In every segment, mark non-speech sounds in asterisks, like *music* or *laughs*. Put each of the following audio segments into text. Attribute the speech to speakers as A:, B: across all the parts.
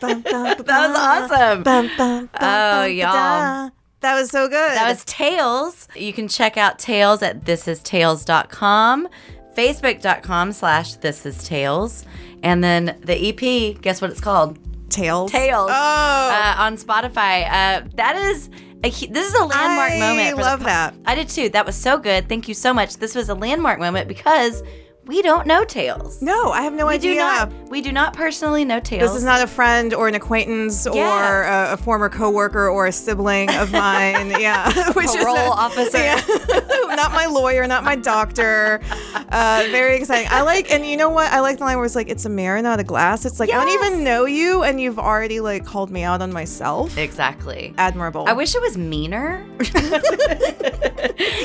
A: that
B: *laughs* That was awesome. Oh, y'all.
A: That was so good.
B: That was Tails. You can check out Tails at thisistails.com, facebook.com slash thisistails, and then the EP, guess what it's called?
A: tails.
B: Tails.
A: Oh.
B: Uh, on Spotify. Uh, that is, a, hu- this is a landmark
A: I
B: moment. for the
A: love
B: po-
A: that.
B: I did too. That was so good. Thank you so much. This was a landmark moment because we don't know Tails.
A: No, I have no
B: we
A: idea.
B: do not. We do not personally know Tails.
A: This is not a friend or an acquaintance
B: Yeah.
A: or a, a former coworker or a sibling
B: *laughs*
A: of mine. yeah, *laughs* which
B: Parole officer.
A: *laughs* not my lawyer, not my doctor. Uh, very exciting. I like, and you know what? I like the line where it's like, "It's a mirror, not a glass." It's like I don't even
B: Yes.
A: know you, and you've already like called me out on myself.
B: exactly.
A: Admirable.
B: I wish it was meaner. *laughs*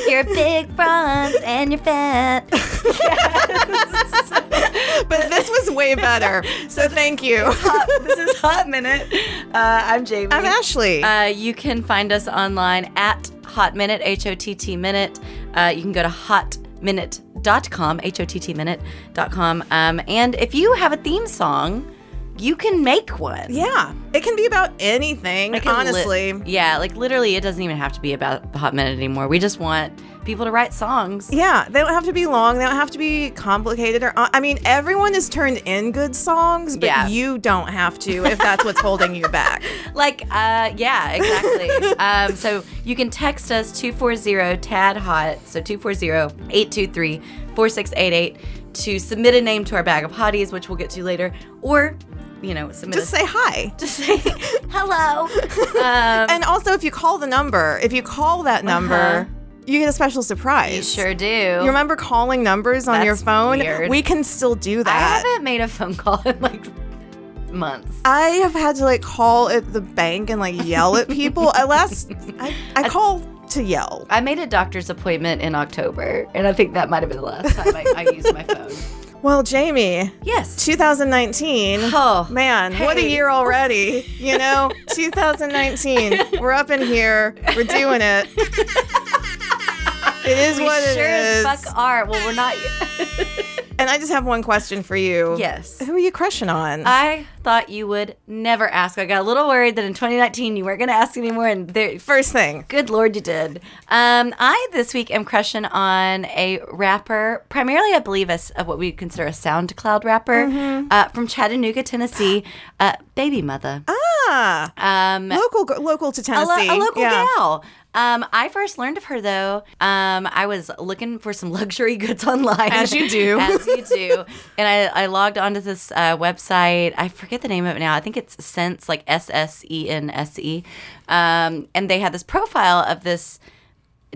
B: you're big bronze and you're fat.
A: but this was way
B: *laughs*
A: better. So thank you.
B: this is Hot Minute. Uh, I'm Jamie.
A: I'm Ashley.
B: Uh, you can find us online at Hot Minute, H O T T Minute. Uh, you can go to hotminute.com, H O T T Minute.com. Um, and if you have a theme song, you can make one.
A: yeah, it can be about anything.
B: It can lit-
A: honestly.
B: yeah, like literally, it doesn't even have to be about the Hot Minute anymore. We just want people to write songs.
A: Yeah, they don't have to be long. They don't have to be complicated. Or uh, I mean, everyone has turned in good songs, but
B: Yeah.
A: you don't have to if that's what's holding you
B: *laughs*
A: back.
B: Like, uh,
A: *laughs*
B: yeah, exactly. um, so you can text us 240 TAD HOT, so 240 823 4688 to submit a name to our bag of hotties, which we'll get to later, or, you know, submit
A: Just
B: a,
A: say hi.
B: *laughs* just say
A: *laughs*
B: hello. Um, Uh-huh.
A: And also, if you call the number, if you call that number, you get a special surprise.
B: you sure do.
A: You remember calling numbers on your
B: That's
A: phone?
B: weird.
A: We can still do
B: I
A: that.
B: haven't made a phone call in like months.
A: I have had to like call at the bank and like yell at people. I last I, I call to yell.
B: I made a doctor's appointment in October, and I think that might have been the last time I, I used my
A: *laughs*
B: phone.
A: Well, Jamie,
B: Yes.
A: 2019.
B: Oh,
A: Man, what a
B: hey.
A: year already. You
B: *laughs*
A: know, 2019. We're up in here. We're doing it. It is
B: We
A: what
B: sure
A: it
B: as
A: is.
B: fuck are. Well, we're not. *laughs*
A: And I just have one question for you.
B: yes.
A: Who are you crushing on?
B: I thought you would never ask. I got a little worried that in 2019 you weren't going to ask anymore, and there,
A: First thing.
B: good lord, you did. Um, I this week am crushing on a rapper, primarily I believe as of what we consider a SoundCloud rapper uh, from Chattanooga, Tennessee, uh, Baby Mother,
A: Ah,
B: um,
A: local local to
B: a, lo-
A: Tennessee.
B: a local
A: yeah.
B: gal. Um, I first learned of her though. Um, I was looking for some *laughs* luxury goods online,
A: As you do.
B: *laughs* as you
A: *laughs*
B: do. And I, I logged onto this uh, website. I forget the name of it now. I think it's Sense, like S S E N S E. Um, and they had this profile of this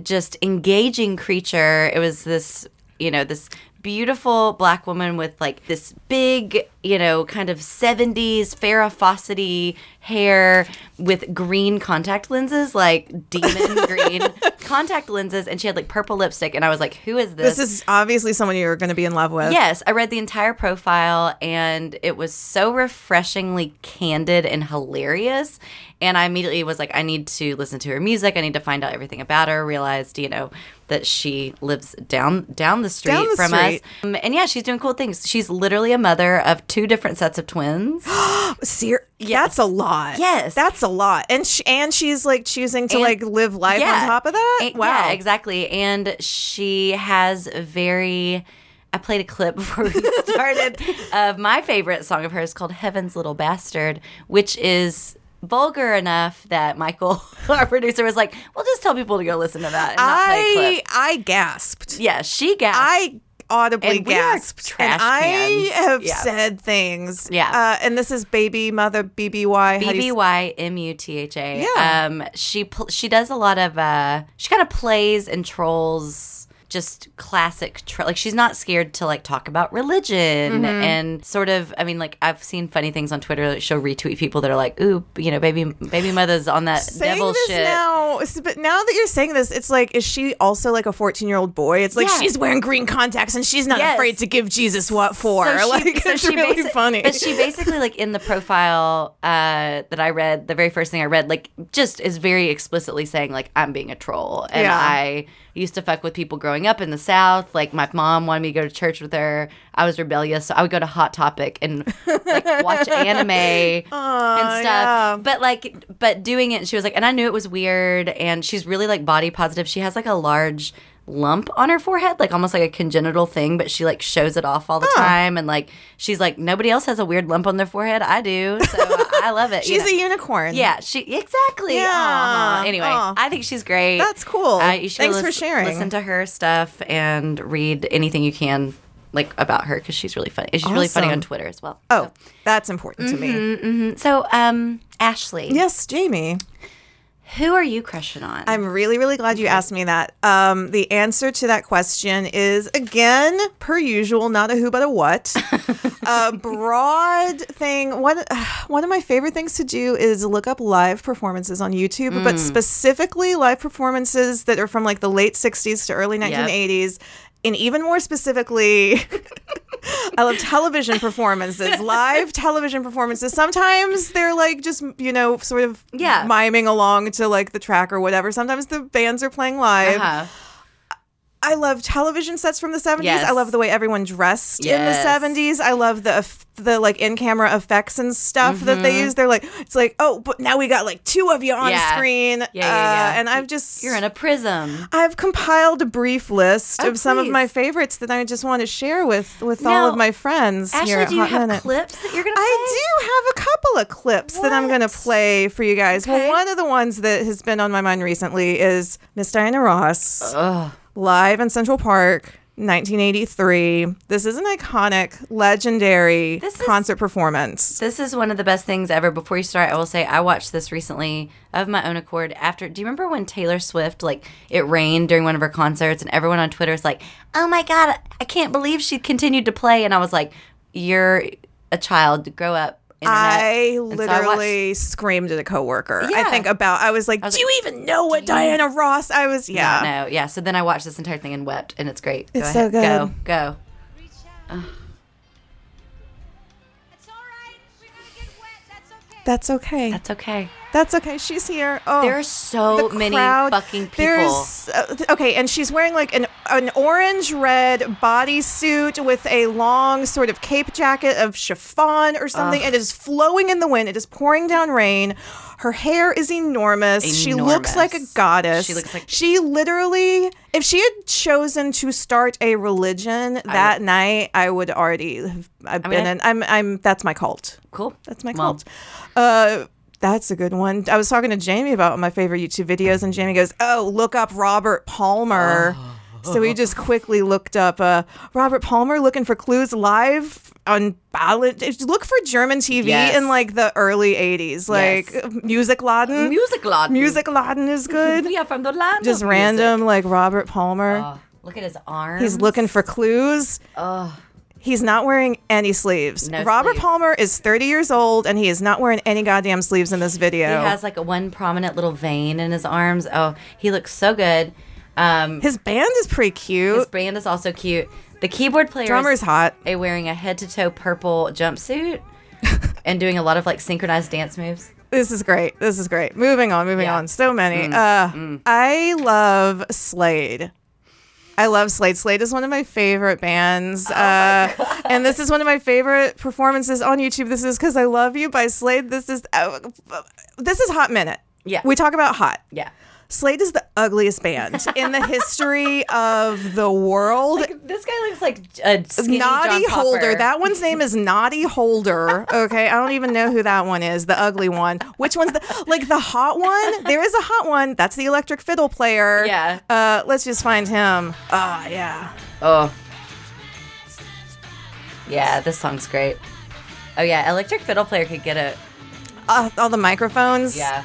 B: just engaging creature. It was this, you know, this beautiful black woman with like this big, you know, kind of 70s Farrah Fawcetty hair with green contact lenses, like demon green contact lenses. And she had like purple lipstick. And I was like, who is this?
A: This is obviously someone you're going to be in love with.
B: Yes, I read the entire profile and it was so refreshingly candid and hilarious. And I immediately was like, I need to listen to her music. I need to find out everything about her. Realized, you know, that she lives down down the street
A: Down the
B: from
A: street.
B: us. Um, and yeah, she's doing cool things. She's literally a mother of two different sets of twins.
A: Ser- That's a lot.
B: Yes.
A: That's a lot. And she, and she's like choosing to
B: And-
A: like live life on top of that.
B: And-
A: wow.
B: Yeah, exactly. And she has very. I played a clip *laughs* before we started of my favorite song of hers called Heaven's Little Bastard, which is vulgar enough that Michael, *laughs* our producer, was like, well, just tell people to go listen to that and not
A: I
B: play a clip.
A: I gasped.
B: Yeah, she gasped.
A: I audibly
B: And we are
A: gasped.
B: trash
A: and I
B: cans.
A: have
B: Yeah.
A: said things.
B: Yeah.
A: Uh, and this is baby mother BBY. How do
B: B
A: you s-
B: y m u t h a.
A: Yeah.
B: Um, she pl- she does a lot of uh, she kind of plays and trolls just classic tro- like she's not scared to like talk about religion
A: Mm-hmm.
B: and sort of I mean like I've seen funny things on Twitter like she'll retweet people that are like ooh you know baby baby mother's on that
A: Saying
B: devil
A: this
B: shit.
A: now, s- but now that you're saying this, it's like, is she also like a 14 year old boy? It's like
B: Yeah.
A: she's wearing green contacts and she's not
B: Yes.
A: afraid to give Jesus what for. *laughs* like,
B: so
A: it's really
B: basi-
A: funny.
B: But she basically, like in the profile uh, that I read, the very first thing I read, like just is very explicitly saying, like I'm being a troll, and
A: Yeah.
B: I used to fuck with people growing growing up in the South. Like my mom wanted me to go to church with her. I was rebellious, so I would go to Hot Topic and like
A: *laughs*
B: watch anime and stuff.
A: yeah.
B: But like, but doing it, she was like, and I knew it was weird. And she's really like body positive. She has like a large lump on her forehead, like almost like a congenital thing, but she like shows it off all the time. And like, she's like, nobody else has a weird lump on their forehead. I do, so I love it. you
A: *laughs* She's
B: know?
A: a unicorn.
B: Yeah, she exactly.
A: Yeah.
B: Aw. Anyway,
A: Aw.
B: I think she's great.
A: That's cool.
B: Uh, you should
A: Thanks
B: lis-
A: for sharing.
B: Listen to her stuff and read anything you can, like about her, because she's really funny. She's really funny
A: Awesome.
B: on Twitter as well.
A: Oh, that's important to me.
B: So, um, Ashley,
A: Yes, Jamie.
B: who are you crushing on?
A: I'm really, really glad you asked me that. Um, the answer to that question is again, per usual, not a who but a what. a broad thing. One, *sighs* one of my favorite things to do is look up live performances on YouTube, but specifically live performances that are from like the late '60s to early 1980s, and even more specifically. *laughs* I love television performances, live television performances. Sometimes they're like just, you know, sort of
B: Yeah.
A: miming along to like the track or whatever. Sometimes the bands are playing live.
B: Uh-huh.
A: I love television sets from the 70s. I
B: Yes.
A: love the way everyone dressed
B: Yes.
A: in the 70s. I love the eff- the like in-camera effects and stuff that they use. They're like it's like, "Oh, but now we got like two of you on
B: Mm-hmm. Yeah.
A: screen."
B: yeah, yeah.
A: Uh, and I've just
B: You're in a prism.
A: I've compiled a brief list
B: Oh,
A: of some of
B: please.
A: my favorites that I just want to share with with all of
B: Now,
A: my friends here
B: Ashley,
A: at
B: do you
A: Hot
B: have
A: Minute.
B: clips that you're gonna? Play?
A: I do have a couple of clips that I'm going to
B: What?
A: play for you guys. Well,
B: Okay.
A: one of the ones that has been on my mind recently is Miss Diana Ross
B: Ugh.
A: live in Central Park. 1983. This is an iconic, legendary
B: This is-
A: concert performance.
B: This is one of the best things ever. Before you start, I will say I watched this recently of my own accord. After, do you remember when Taylor Swift like it rained during one of her concerts, and everyone on Twitter is like, "Oh my god, I can't believe she continued to play," and I was like, "You're a child. Grow up." Internet."
A: I
B: And so watched-
A: literally screamed at a coworker. I
B: Yeah.
A: think about. I was like, "Do you even know what Diana Ross?" I was, yeah.
B: no, yeah. So then I watched this entire thing and wept, and it's great.
A: It's so
B: go ahead. Go,
A: good.
B: go.
C: Reach out. It's all right. We're gonna get wet. That's okay.
A: That's okay. That's,
B: That's okay.
A: okay. She's here. Oh,
B: There are so
A: the
B: many
A: crowd.
B: fucking people.
A: There's uh, okay, and she's wearing like an an orange red bodysuit with a long sort of cape jacket of chiffon or something. It is flowing in the wind. It is pouring down rain. Her hair is enormous. She looks
B: Enormous.
A: like a goddess.
B: She looks like-
A: she literally. If she had chosen to start a religion that night, I would already. have I've
B: mean,
A: been
B: I-
A: in. I'm. I'm. That's my cult.
B: cool.
A: That's my
B: Well,
A: cult. Uh, that's a good one. I was talking to Jamie about my favorite YouTube videos, and Jamie goes, "Oh, look up Robert Palmer."
B: Ah.
A: So
B: *laughs*
A: we just quickly looked up uh, Robert Palmer, looking for clues live on ballad. just Look for German TV
B: Yes.
A: in like the early '80s, like
B: Yes.
A: Music Laden.
B: Music lot.
A: Music Laden is good.
B: *laughs* We are from the land.
A: just
B: of music.
A: random, like Robert Palmer.
B: Oh, look at his arms.
A: He's looking for clues.
B: Oh,
A: He's not wearing any sleeves.
B: No
A: Robert
B: sleeves.
A: Palmer is 30 years old and he is not wearing any goddamn sleeves in this video.
B: he has like a one prominent little vein in his arms. Oh, he looks so good. Um,
A: His band is pretty cute.
B: his brand is also cute. The keyboard player
A: Drummer's
B: is
A: hot.
B: a- wearing a head to toe purple
A: *laughs*
B: jumpsuit and doing a lot of like synchronized dance moves.
A: This is great. This is great. Moving on, moving
B: Yeah. Mm,
A: on. So many. uh, I love Slade. I love Slade. Slade is one of my favorite
B: Oh
A: bands. uh, and this is one of my favorite performances on YouTube. This is Because I Love You by Slade. This is uh, this is Hot Minute.
B: Yeah.
A: We talk about hot.
B: Yeah.
A: Slade is the ugliest band in the history of the world.
B: This guy looks like a skinny
A: Naughty
B: John Popper.
A: Holder. That one's name is Naughty Holder. Okay, I don't even know who that one is. The ugly one. Which one's the like the hot one? There is a hot one. That's the electric fiddle player.
B: Yeah.
A: Uh, let's just find him. Ah, yeah.
B: Oh. Yeah, this song's great. Oh yeah, electric fiddle player could get it.
A: Uh, all the microphones.
B: Yeah.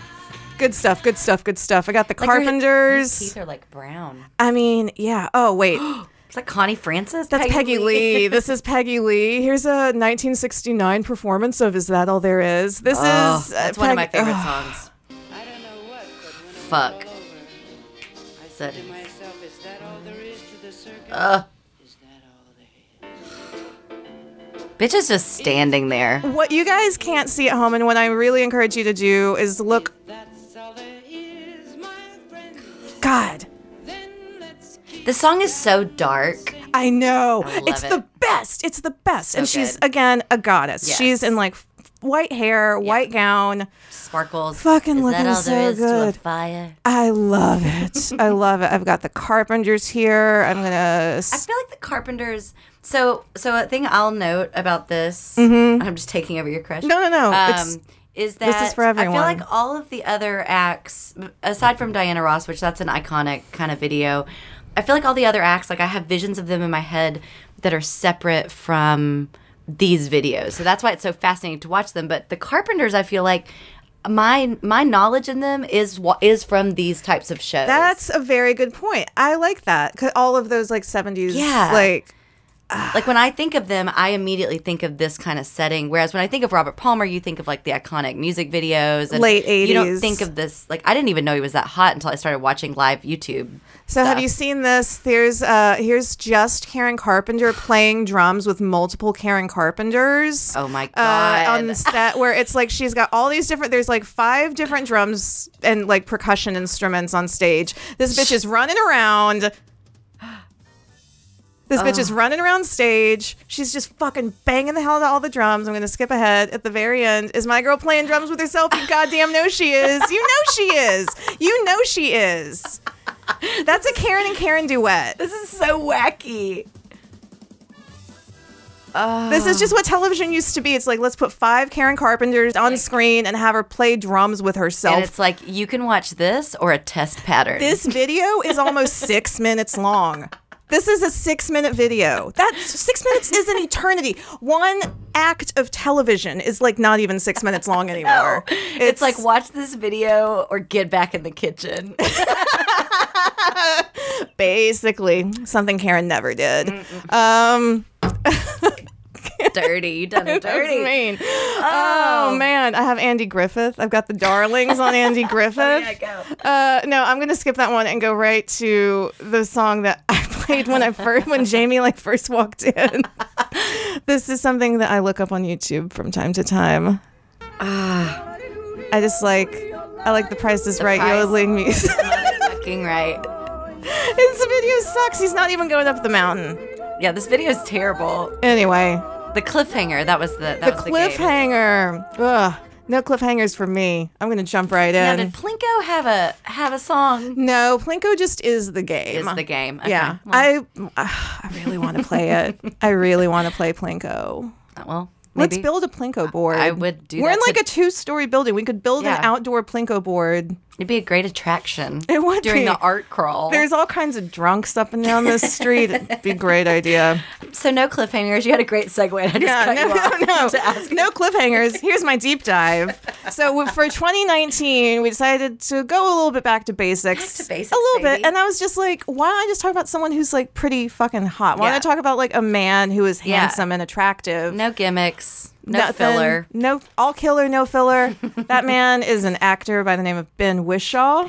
A: Good stuff. Good stuff. Good stuff. I got the
B: Like her- his
A: Carpenters.
B: teeth are like brown.
A: I mean, yeah. Oh wait.
B: Is that Connie Francis?
A: That's Peggy, Lee.
B: *laughs*
A: This is Peggy Lee. Here's a 1969 performance of "Is That All There Is." This
B: Oh,
A: is uh,
B: that's one of my
A: Peg-
B: favorite
A: *sighs* Ugh.
B: songs.
C: I don't know what, but when it
B: Fuck.
C: was all over, I said
B: Said
C: to
B: it.
C: myself, is that all there is to the circus?
B: Ugh.
C: Is that all there is?
B: Bitch is just standing there.
A: What you guys can't see at home, and what I really encourage you to do is look.
C: That's all there is, my friend.
A: God,
C: Then let's keep
B: This song is so dark.
A: I know.
B: love
A: it's the
B: it.
A: best. It's the best. and
B: So
A: she's
B: good.
A: again a goddess.
B: Yes.
A: She's in like white hair, white gown.
B: Sparkles.
A: Fucking
B: is
A: looking
B: that all there
A: so
B: is to a
A: good.
B: fire?
A: I love it. I love it. I've got the carpenters here. I'm gonna.
B: *laughs* I
A: s-
B: feel like the Carpenters. So, so a thing I'll note about this. I'm just taking over your crush.
A: Mm-hmm. No, no, no. It's-
B: Um, is that
A: is for
B: I
A: everyone.
B: feel like all of the other acts, aside from Diana Ross, which that's an iconic kind of video. I feel like all the other acts, like I have visions of them in my head that are separate from these videos. So that's why it's so fascinating to watch them. But the Carpenters, I feel like my my knowledge in them is wha- is from these types of shows.
A: That's a very good point. I like that. 'Cause all of those like 70s,
B: Yeah.
A: like
B: like when I think of them, I immediately think of this kind of setting. Whereas when I think of Robert Palmer, you think of like the iconic music videos and
A: Late
B: You don't
A: 80s.
B: think of this. Like I didn't even know he was that hot until I started watching live YouTube.
A: So have
B: stuff.
A: you seen this? There's uh here's just Karen Carpenter playing drums with multiple Karen Carpenters.
B: Oh my
A: Uh, on
B: God.
A: the set where it's like she's got all these different there's like five different drums and like percussion instruments on stage. This bitch is running around. This bitch is running around stage. She's just fucking banging the hell out of all the drums. I'm gonna skip ahead. At the very end, is my girl playing drums with herself? You goddamn know she is. You know she is. You know she is. That's a Karen and Karen duet.
B: This is so wacky.
A: This is just what television used to be. It's like let's put five Karen Carpenters on screen and have her play drums with
B: And
A: herself.
B: it's like you can watch this or a test pattern.
A: This video is
B: *laughs*
A: almost six minutes long. This is a six minute video. That six minutes is an eternity. One act of television is like not even six minutes long
B: *laughs*
A: anymore.
B: it's like watch this video or get back in the kitchen. *laughs*
A: basically something Karen never did. Um,
B: dirty, you done it
A: *laughs* That's
B: dirty. *gasps*
A: mean. Oh. man, I have Andy Griffith. I've got the darlings on
B: *laughs*
A: Andy Griffith.
B: go.
A: Uh, no, I'm gonna skip that one and go right to the song that I *laughs* played when I first when Jamie like first walked
B: *laughs*
A: in. this is something that I look up on YouTube from time to time. I just like I like the Price is Right
B: Ah. Price.
A: yodeling
B: *laughs*
A: music. *laughs*
B: Fucking right.
A: His video sucks. He's not even going up the mountain.
B: Yeah, this video is terrible.
A: Anyway,
B: The cliffhanger. That was the that
A: the
B: was the game.
A: cliffhanger. Ugh, no cliffhangers for me. I'm gonna jump right
B: Now,
A: in.
B: did Plinko have a have a song?
A: No, Plinko just is the game.
B: Is the game? Okay.
A: Yeah,
B: Well,
A: I uh, I really want to play it. I really want to play Plinko.
B: uh, well
A: Let's
B: maybe.
A: build a Plinko board.
B: I would do
A: We're
B: that
A: in like
B: to-
A: a two-story building. We could build
B: Yeah.
A: an outdoor Plinko board.
B: It'd be a great attraction.
A: *laughs* It would
B: during
A: be.
B: the art crawl.
A: There's all kinds of drunks up and
B: *laughs*
A: down this street. It'd be a great idea.
B: so no cliffhangers. You had a great segue. and I just
A: Yeah,
B: cut
A: no,
B: you
A: *laughs*
B: off
A: no, no,
B: *laughs* to ask.
A: no cliffhangers.
B: *laughs*
A: Here's my deep dive. So w- for 2019, we decided to go a little bit back to basics,
B: Back to basics,
A: a little
B: baby.
A: bit. And I was just like, why don't I just talk about someone who's like pretty fucking hot? Why
B: Yeah.
A: don't I talk about like a man who is
B: Yeah.
A: handsome and attractive?
B: No gimmicks. No
A: Nothing.
B: filler.
A: No, all killer, no
B: *laughs*
A: filler. that man is an actor by the name of Ben Wishaw.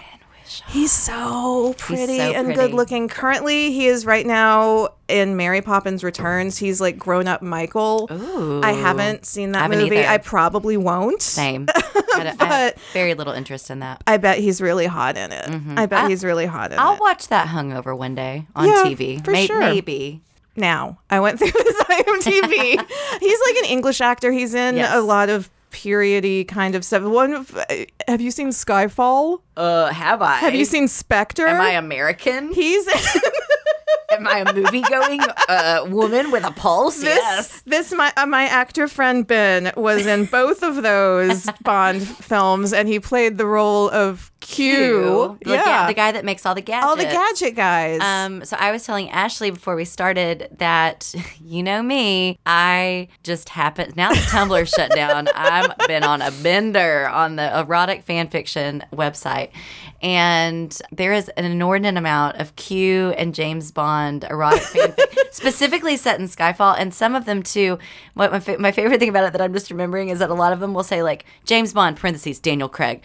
A: He's so pretty
B: so
A: and
B: pretty.
A: good looking. Currently, he is right now in Mary Poppins Returns. He's like grown up Michael.
B: Ooh.
A: I haven't seen that
B: Haven't
A: movie.
B: either.
A: I probably won't. *laughs*
B: Same. I, don't- I have
A: But-
B: very little interest in that.
A: I bet he's really hot in it. I bet he's really hot in
B: Mm-hmm. I'll
A: it.
B: watch that hungover one day on
A: Yeah,
B: TV.
A: for sure.
B: Maybe.
A: Now, I went through *laughs* his
B: *laughs*
A: IMDb. he's like an English actor. He's in
B: Yes.
A: a lot of periody kind of stuff. One, of- uh, have you seen Skyfall?
B: Uh, have I?
A: Have you seen Spectre? *laughs*
B: American?
A: He's
B: *laughs* Am I a movie going uh, woman with a pulse?
A: this. This my uh, my actor friend Ben was in both of
B: *laughs*
A: those Bond films, and he played the role of Q.
B: Q, the, ga-
A: yeah,
B: the guy that makes all the gadgets.
A: all the gadget guys.
B: Um, so I was telling Ashley before we started that *laughs* you know me, I just happen now that Tumblr's shut down. I've been on a bender on the erotic fan fiction website, and there is an inordinate amount of Q and James Bond erotic fanfic, specifically set in Skyfall, and some of them too. What my, fa- my favorite thing about it that I'm just remembering is that a lot of them will say like James Bond parentheses Daniel Craig.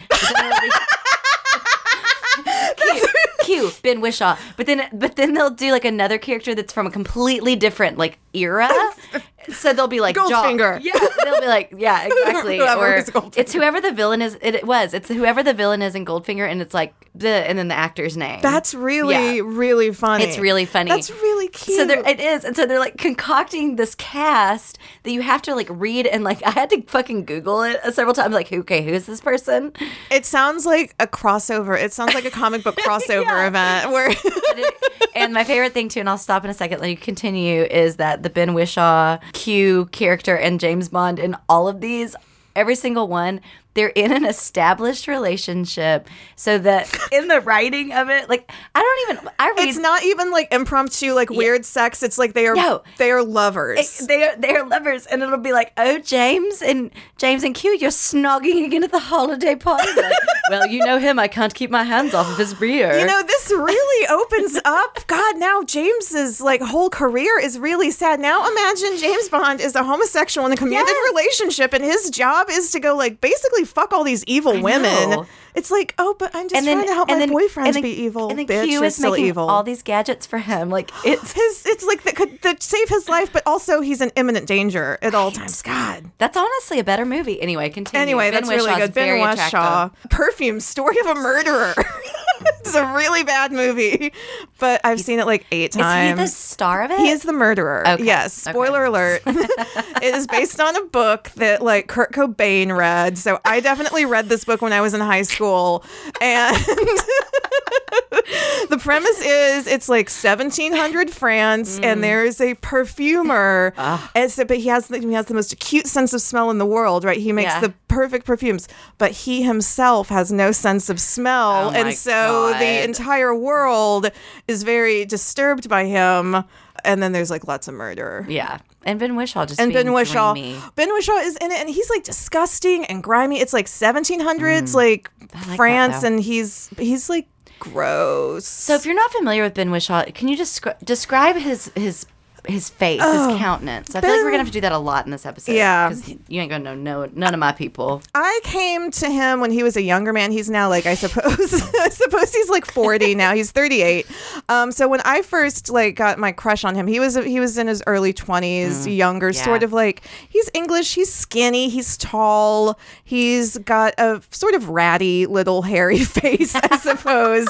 B: Q,
A: *laughs*
B: Ben Wishaw. But then but then they'll do like another character that's from a completely different like era. so they'll be like
A: Goldfinger.
B: Jaw. Yeah, they'll be like yeah,
A: *laughs*
B: exactly.
A: Whoever
B: or
A: is Goldfinger.
B: it's whoever the villain is. It, it was. It's whoever the villain is in Goldfinger, and it's like the and then the actor's name.
A: That's really,
B: Yeah.
A: really funny.
B: It's really funny.
A: That's really cute.
B: So there it is, and so they're like concocting this cast that you have to like read, and like I had to fucking Google it several times. Like, okay, who's this person?
A: It sounds like a crossover. It sounds like a comic
B: *laughs*
A: book crossover event where *laughs*
B: and my favorite thing too, and I'll stop in a second. Let you continue. Is that the Ben Wishaw Q character and James Bond in all of these? Every single one, they're in an established relationship, so that in the writing of it, like I don't even I read.
A: it's not even like impromptu, like weird sex. It's like they are
B: No.
A: they are lovers.
B: they are they are lovers, and it'll be like, oh James and James and Q, you're snogging again at the holiday party. Like, well, you know him. I can't keep my hands off of his beer.
A: you know, this really opens
B: *laughs*
A: up. God, now James's like whole career is really sad. Now imagine James Bond is a homosexual in a committed
B: Yes.
A: relationship, and his job is to go like basically fuck all these evil women.
B: know.
A: It's like, oh, but I'm just trying to help my boyfriends
B: and then-
A: be evil.
B: And then
A: bitch,
B: Q
A: you're
B: is
A: still
B: making
A: evil. Oh,
B: all these gadgets for him. Like it's
A: his it's like that could that save his life, but also he's in imminent danger at all times. God.
B: that's honestly a better movie. Anyway, continue.
A: Anyway,
B: Ben
A: that's
B: Wishaw's
A: really good. Ben
B: very
A: Whishaw,
B: attractive.
A: Perfume, Story of a Murderer. *laughs* it's a really bad movie, but I've seen it like eight
B: Is he
A: times.
B: the star of it?
A: He is the murderer.
B: Okay,
A: Yes.
B: okay.
A: Spoiler
B: *laughs*
A: alert. it is based on a book that like Kurt Cobain read. So I definitely read this book when I was in high school. And *laughs* the premise is it's like 1700 France
B: Mm.
A: and there is a perfumer. And so, but he has the, he has the most acute sense of smell in the world, right? He makes
B: Yeah.
A: the perfect perfumes, but he himself has no sense of smell.
B: Oh my
A: and so the
B: God.
A: entire world is very disturbed by him. And then there's like lots of murder.
B: yeah, and Ben Wishaw just
A: And Ben
B: being
A: Wishaw,
B: dreamy.
A: Ben Wishaw is in it, and he's like disgusting and grimy. It's like 1700s, like,
B: Mm. that,
A: France,
B: though.
A: and he's he's like gross.
B: So if you're not familiar with Ben Wishaw, can you just describe his his his face, his countenance? I feel like we're gonna have to do that a lot in this episode.
A: Oh, Yeah.
B: because you ain't gonna know no, none of
A: *laughs*
B: my people.
A: I came to him when he was a younger man. He's now like I suppose *laughs* I suppose he's like 40 now. He's 38. Um, so when I first like got my crush on him, he was he was in his early 20s, younger,
B: yeah.
A: sort of like he's English, he's skinny, he's tall, he's got a sort of ratty little hairy *laughs* face, I suppose.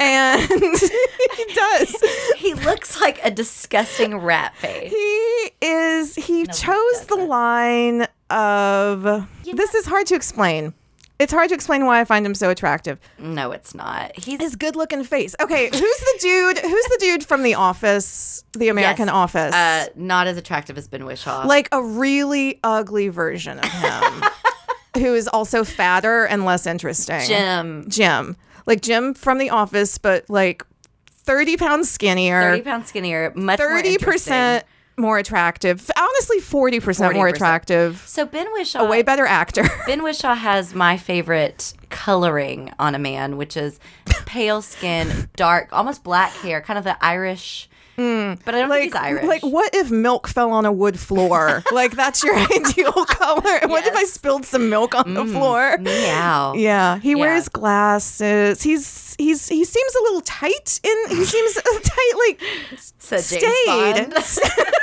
A: and *laughs* he does.
B: He looks like a disgusting rat face.
A: He is. He chose the line of. this is hard to explain. It's hard to explain why I find him so attractive.
B: No, it's not. He's
A: His good-looking face.
B: *laughs*
A: Okay, who's the dude? Who's the dude from The Office? The American
B: Yes.
A: Office.
B: uh, not as attractive as Ben Wishaw.
A: like a really ugly version of
B: *laughs*
A: him, who is also fatter and less interesting.
B: Jim,
A: Jim. Like Jim from The Office, but like thirty pounds skinnier.
B: thirty pounds skinnier, much more
A: thirty
B: interesting.
A: percent more attractive. Honestly, forty percent more
B: 40%.
A: attractive.
B: So Ben Wishaw,
A: Way better *laughs* actor.
B: Ben Wishaw has my favorite coloring on a man, which is pale skin, dark, almost black hair, kind of the Irish. but I don't think he's Irish.
A: Mm. like what if milk fell on a wood
B: *laughs*
A: floor? like that's your *laughs* ideal color. What if I
B: Yes. Mm,
A: spilled some milk on the floor? *laughs*
B: Meow.
A: Yeah, he
B: Yeah.
A: wears glasses. He's he's he seems a little tight in
B: *sighs*
A: he seems a tight like
B: Said James
A: stayed.
B: Bond.
A: *laughs*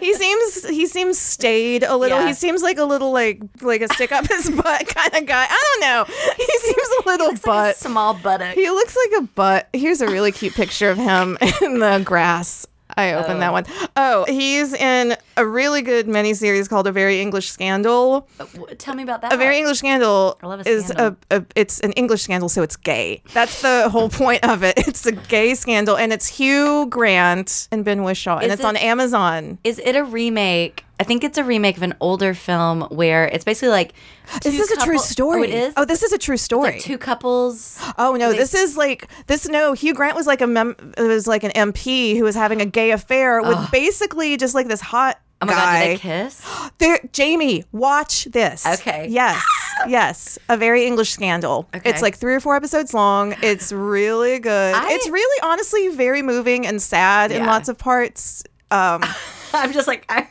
A: he seems he seems stayed a little.
B: Yeah.
A: He seems like a little like like a stick up his *laughs* butt kind of guy. I don't know. He seems a little
B: Looks like a
A: butt.
B: small buttock.
A: he looks like a butt. Here's a really cute picture of him *laughs* in the grass. I opened that one. Oh, he's in a really good miniseries called A Very English Scandal.
B: W- Tell me about that.
A: A Very English Scandal
B: I love a
A: is a,
B: scandal.
A: a it's an English scandal, so it's gay. That's the *laughs* whole point of it. It's a gay scandal, and it's Hugh Grant and Ben Wishaw, and
B: Is
A: it's on
B: it-
A: Amazon.
B: Is it a remake? I think it's a remake of an older film where it's basically like.
A: Is
B: two
A: this a true
B: couple-
A: story?
B: Oh, it is.
A: this is a true story.
B: like two couples.
A: Oh no, this is like this. No, Hugh Grant was like a mem- it was like an MP who was having a gay affair with basically just like this hot
B: Oh my god, did
A: guy. *gasps*
B: they kiss?
A: there, Jamie, watch this.
B: Okay.
A: Yes.
B: *laughs*
A: Yes, a very English scandal.
B: Okay.
A: It's like three or four episodes long. It's really good.
B: I-
A: it's really, honestly, very moving and sad in
B: Yeah.
A: lots of parts. Um,
B: I'm just like. I-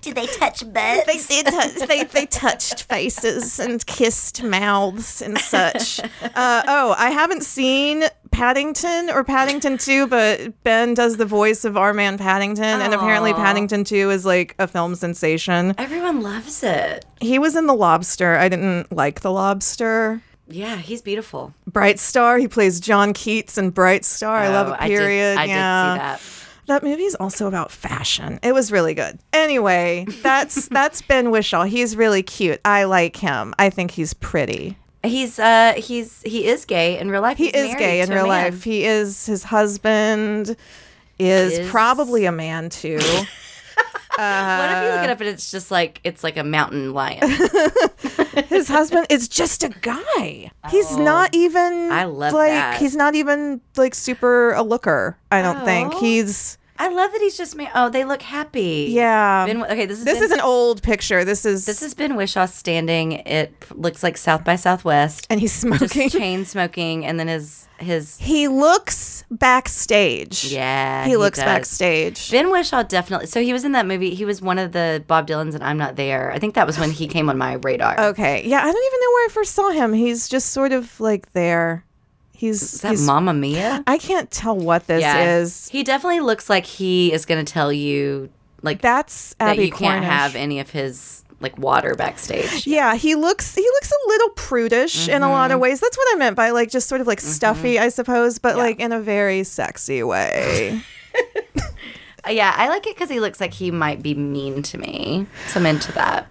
B: did they touch butts?
A: they did touch, they, they touched
B: *laughs*
A: faces and kissed mouths and such. Uh, oh, I haven't seen Paddington or Paddington 2, but Ben does the voice of our man Paddington. And apparently,
B: Aw.
A: Paddington 2 is like a film sensation.
B: Everyone loves it.
A: He was in The Lobster. I didn't like The Lobster.
B: Yeah, he's beautiful.
A: Bright Star. He plays John Keats in Bright Star. I love
B: Oh,
A: a
B: did-
A: period.
B: I did,
A: yeah.
B: see
A: That movie is also about fashion. It was really good. Anyway,
B: *laughs*
A: that's that's Ben Whishaw. He's really cute. I like him. I think he's pretty.
B: that. He's uh he's he is gay in real life.
A: He
B: He's
A: is
B: married
A: gay in
B: to a
A: real
B: man.
A: life. He is his husband is,
B: Is-
A: probably a man
B: *laughs*
A: too.
B: what if you
A: Uh,
B: look it up and it's just like it's like a
A: *laughs*
B: mountain lion?
A: his husband is just a guy. He's not even
B: Oh. I love
A: like
B: that.
A: he's not even like super a looker, I don't think.
B: Oh.
A: He's
B: I love that he's just ma Oh, they look happy.
A: yeah.
B: Ben, okay, this is
A: this
B: ben,
A: is an old picture. This is
B: this is Ben Wishaw standing. It looks like South
A: *laughs*
B: by Southwest,
A: and he's
B: just
A: smoking.
B: chain smoking, and then his
A: *laughs*
B: his
A: He looks backstage.
B: yeah.
A: He, looks
B: does.
A: backstage.
B: Ben Wishaw definitely. So he was in that movie. He was one of the Bob Dylan's, and I'm not there. I think that was when he came on my radar.
A: okay. Yeah, I don't even know where I first saw him. He's just sort of like there. He's
B: is that
A: he's
B: Mamma Mia?
A: I can't tell what this is.
B: He definitely looks like he is going to tell you like that,
A: That's Abby
B: you can't
A: Cornish.
B: have any of his like water backstage.
A: yeah, he looks he looks a little prudish in a
B: Mm-hmm.
A: lot of ways. That's what I meant by like just sort of like stuffy, I suppose, but like in a very sexy
B: *sighs*
A: way.
B: Uh, Yeah, I like it because he looks like he might be mean to me. So I'm into
A: *sighs*
B: that.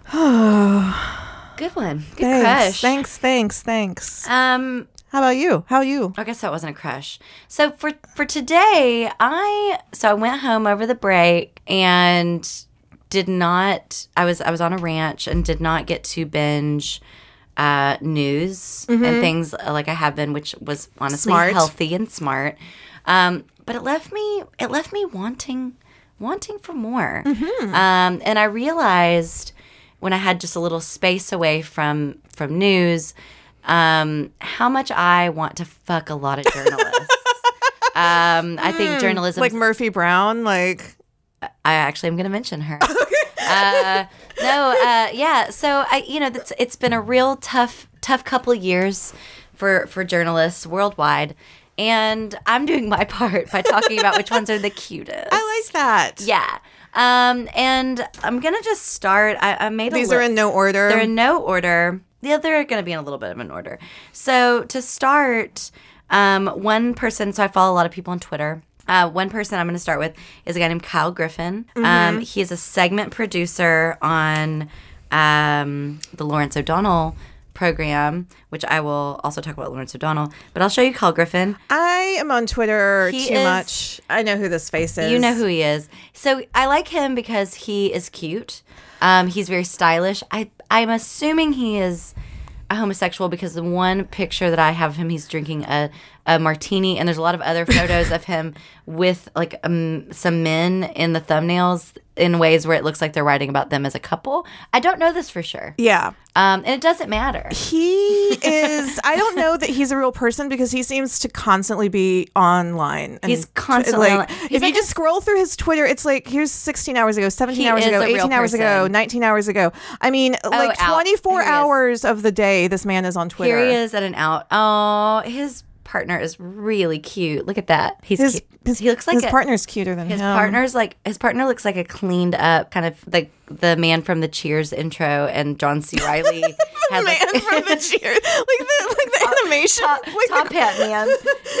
B: Good one. Good
A: thanks,
B: crush.
A: thanks, thanks, thanks.
B: Um,
A: How about you? How are you?
B: I guess that wasn't a crush. So for for today, I so I went home over the break and did not. I was I was on a ranch and did not get to binge uh, news and things like I have been, which was honestly
A: Smart.
B: healthy and smart. Um, but it left me it left me wanting wanting for more. Um, and I realized when I had just a little space away from from news, um, how much I want to fuck a lot of journalists. um, I think journalism.
A: Like Murphy Brown, like
B: I actually am going to mention
A: *laughs*
B: her. uh, no, uh, yeah. So I, you know, that's, it's been a real tough, tough couple of years for for journalists worldwide, and I'm doing my *laughs* part by talking about which ones are the cutest.
A: *laughs* I like that.
B: Yeah. Um, and I'm gonna just start. I, I made a
A: These are
B: li-
A: in no order.
B: they're in no order. Yeah, they're going to be in a little bit of an order. So to start, um, one person. So I follow a lot of people on Twitter. Uh, one person I'm going to start with is a guy named Kyle Griffin. Um, he is a segment producer on um, the Lawrence O'Donnell program, which I will also talk about Lawrence O'Donnell. But I'll show you Kyle Griffin.
A: I am on Twitter
B: He
A: too
B: is-
A: much. I know who this face is.
B: You know who he is. So I like him because he is cute. Um, he's very stylish. I I'm assuming he is a homosexual because the one picture that I have of him, he's drinking a, a martini, and there's a lot of
A: *laughs*
B: other photos of him with like um, some men in the thumbnails in ways where it looks like they're writing about them as a couple. I don't know this for sure,
A: Yeah.
B: um, and it doesn't matter.
A: He is. I don't know that he's a real person because he seems to constantly be online. and
B: He's
A: tw-
B: constantly
A: like,
B: online. He's
A: if
B: like
A: you just scroll through his Twitter, it's like here's 16 hours ago, 17
B: He
A: hours
B: is
A: ago,
B: a real
A: 18 hours ago,
B: person. Oh,
A: 19 hours ago. I mean, like
B: out.
A: 24
B: Here he is.
A: hours of the day, this man is on Twitter.
B: Here he is at an out. Oh, his partner is really cute. Look at that. He's
A: His,
B: cute.
A: his,
B: he looks like
A: his
B: a,
A: partner's cuter than
B: His
A: him.
B: partner's like his partner looks like a cleaned up kind of like the man from the Cheers intro and John C.
A: *laughs*
B: Riley had
A: man
B: like Uh,
A: from *laughs*
B: *laughs*
A: the cheer, like the like the animation, like
B: top
A: the-
B: hat man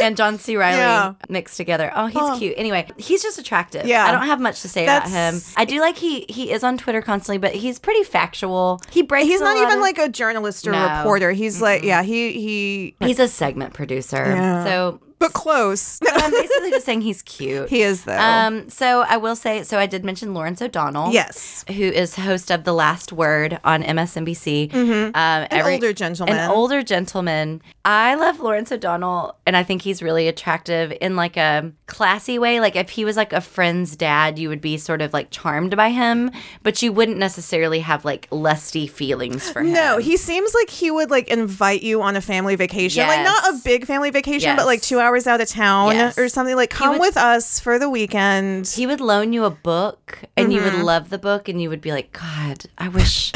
B: and John C. Riley
A: Yeah.
B: mixed together. Oh, he's cute. Anyway, he's just attractive.
A: Yeah.
B: I don't have much to say about him.
A: That's-
B: I do like he he is on Twitter constantly, but he's pretty factual. He breaks.
A: He's
B: a
A: not
B: lot
A: even
B: of-
A: like a journalist or
B: No.
A: reporter. He's like, yeah, he he,
B: he's a segment producer.
A: Yeah.
B: So
A: but
B: *laughs*
A: close.
B: I'm basically just saying he's cute.
A: he is though.
B: Um, so I will say, so I did mention Lawrence O'Donnell.
A: Yes.
B: Who is host of The Last Word on MSNBC. Um, every-
A: Mm-hmm. older gentleman.
B: An older gentleman. I love Lawrence O'Donnell, and I think he's really attractive in like a classy way. Like if he was like a friend's dad, you would be sort of like charmed by him, but you wouldn't necessarily have like lusty feelings for him.
A: *laughs* No, he seems like he would like invite you on a family vacation, like not a
B: Yes.
A: big family vacation, but like
B: Yes.
A: two hours out of town
B: Yes.
A: or something. Like, come
B: would-
A: with us for the weekend.
B: He
A: Mm-hmm.
B: would loan you a book and you would love the book and you would be like, God, I wish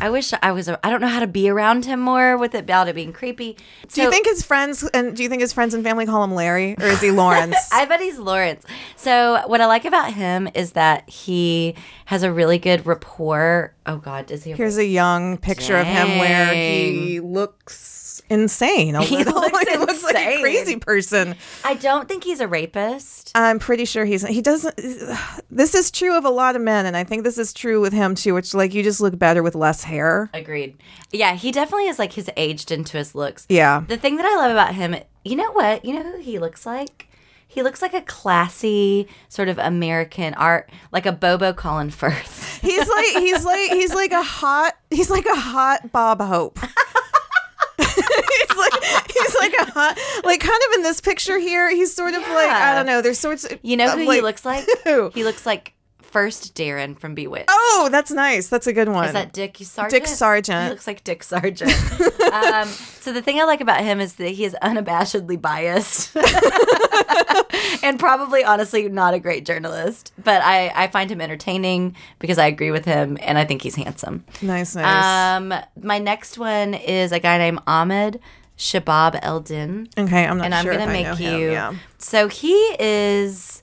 B: I wish I was. I don't know how to be around him more with it about it being creepy.
A: Do you think his friends and do you think his friends and family call him Larry or is he Lawrence?
B: *laughs* I bet he's Lawrence. So what I like about him is that he has a really good rapport. Oh God, does he? have
A: Here's a young picture of him where he looks insane. A
B: He
A: *laughs* little.
B: looks
A: he looks like a
B: insane.
A: crazy person.
B: I don't think he's a rapist.
A: I'm pretty sure he's he doesn't. *sighs* This is true of a lot of men, and I think this is true with him too. Which like you just look better with less hair.
B: Agreed. Yeah, he definitely is like his aged into his looks.
A: Yeah,
B: The thing that I love about him, you know what? You know who he looks like? He looks like a classy sort of American art, like a Bobo Colin Firth. *laughs*
A: he's like he's like he's like a hot he's like a hot Bob Hope. *laughs* he's like he's like a hot like kind of in this picture here. He's sort of like I
B: Yeah.
A: don't know. There's sorts. Of,
B: You know
A: of
B: who he
A: like-
B: looks like?
A: *laughs* Who?
B: He looks like first Darren from Bewitched.
A: Oh, that's nice. That's a good one.
B: Is that Dick Sargent?
A: Dick Sargent.
B: He looks like
A: *laughs*
B: Dick Sargent. um, so the thing I like about him is that he is
A: *laughs*
B: unabashedly biased, and probably honestly not a great journalist. But I, I find him entertaining because I agree with him, and I think he's handsome.
A: nice, nice.
B: Um, my next one is a guy named Ahmed Shabab Eldin
A: okay, I'm not
B: and I'm
A: sure.
B: gonna
A: if I
B: make
A: know him,
B: you.
A: Yeah.
B: So he is.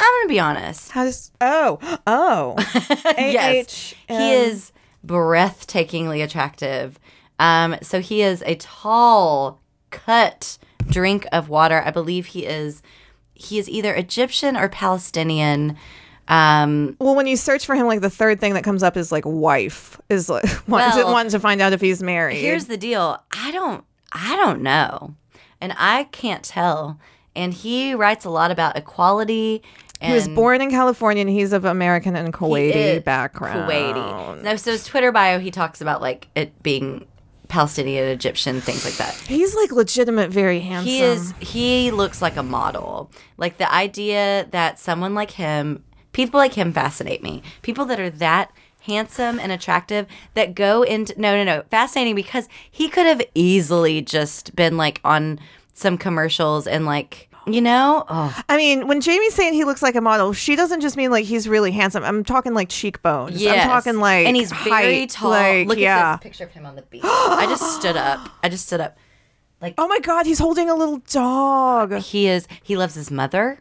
B: I'm gonna be honest.
A: How does? Oh, oh.
B: *laughs* yes, he is breathtakingly attractive. Um, so he is a tall, cut drink of water. I believe he is. He is either Egyptian or Palestinian. Um,
A: Well, when you search for him, like the third thing that comes up is like wife is like *laughs* wanting, to,
B: Well,
A: wanting to find out if he's married.
B: Here's the deal. I don't I don't know. And I can't tell. And he writes a lot about equality and
A: he was born in California and he's of American and
B: he
A: Kuwaiti
B: is
A: background.
B: Kuwaiti. No, so his Twitter bio he talks about like it being Palestinian, Egyptian, things like that.
A: He's like legitimate, very handsome.
B: He is he looks like a model. Like the idea that someone like him, people like him fascinate me. People that are that handsome and attractive that go into no no no, fascinating because he could have easily just been like on some commercials and like you know, oh,
A: I mean, when Jamie's saying he looks like a model, she doesn't just mean like he's really handsome. I'm talking like cheekbones.
B: yes.
A: I'm talking like
B: and he's very
A: height,
B: tall.
A: Like,
B: Look
A: yeah.
B: at this picture of him on the beach. I just stood up. I just stood up.
A: Oh my God, he's holding a little dog.
B: He is. He loves his mother.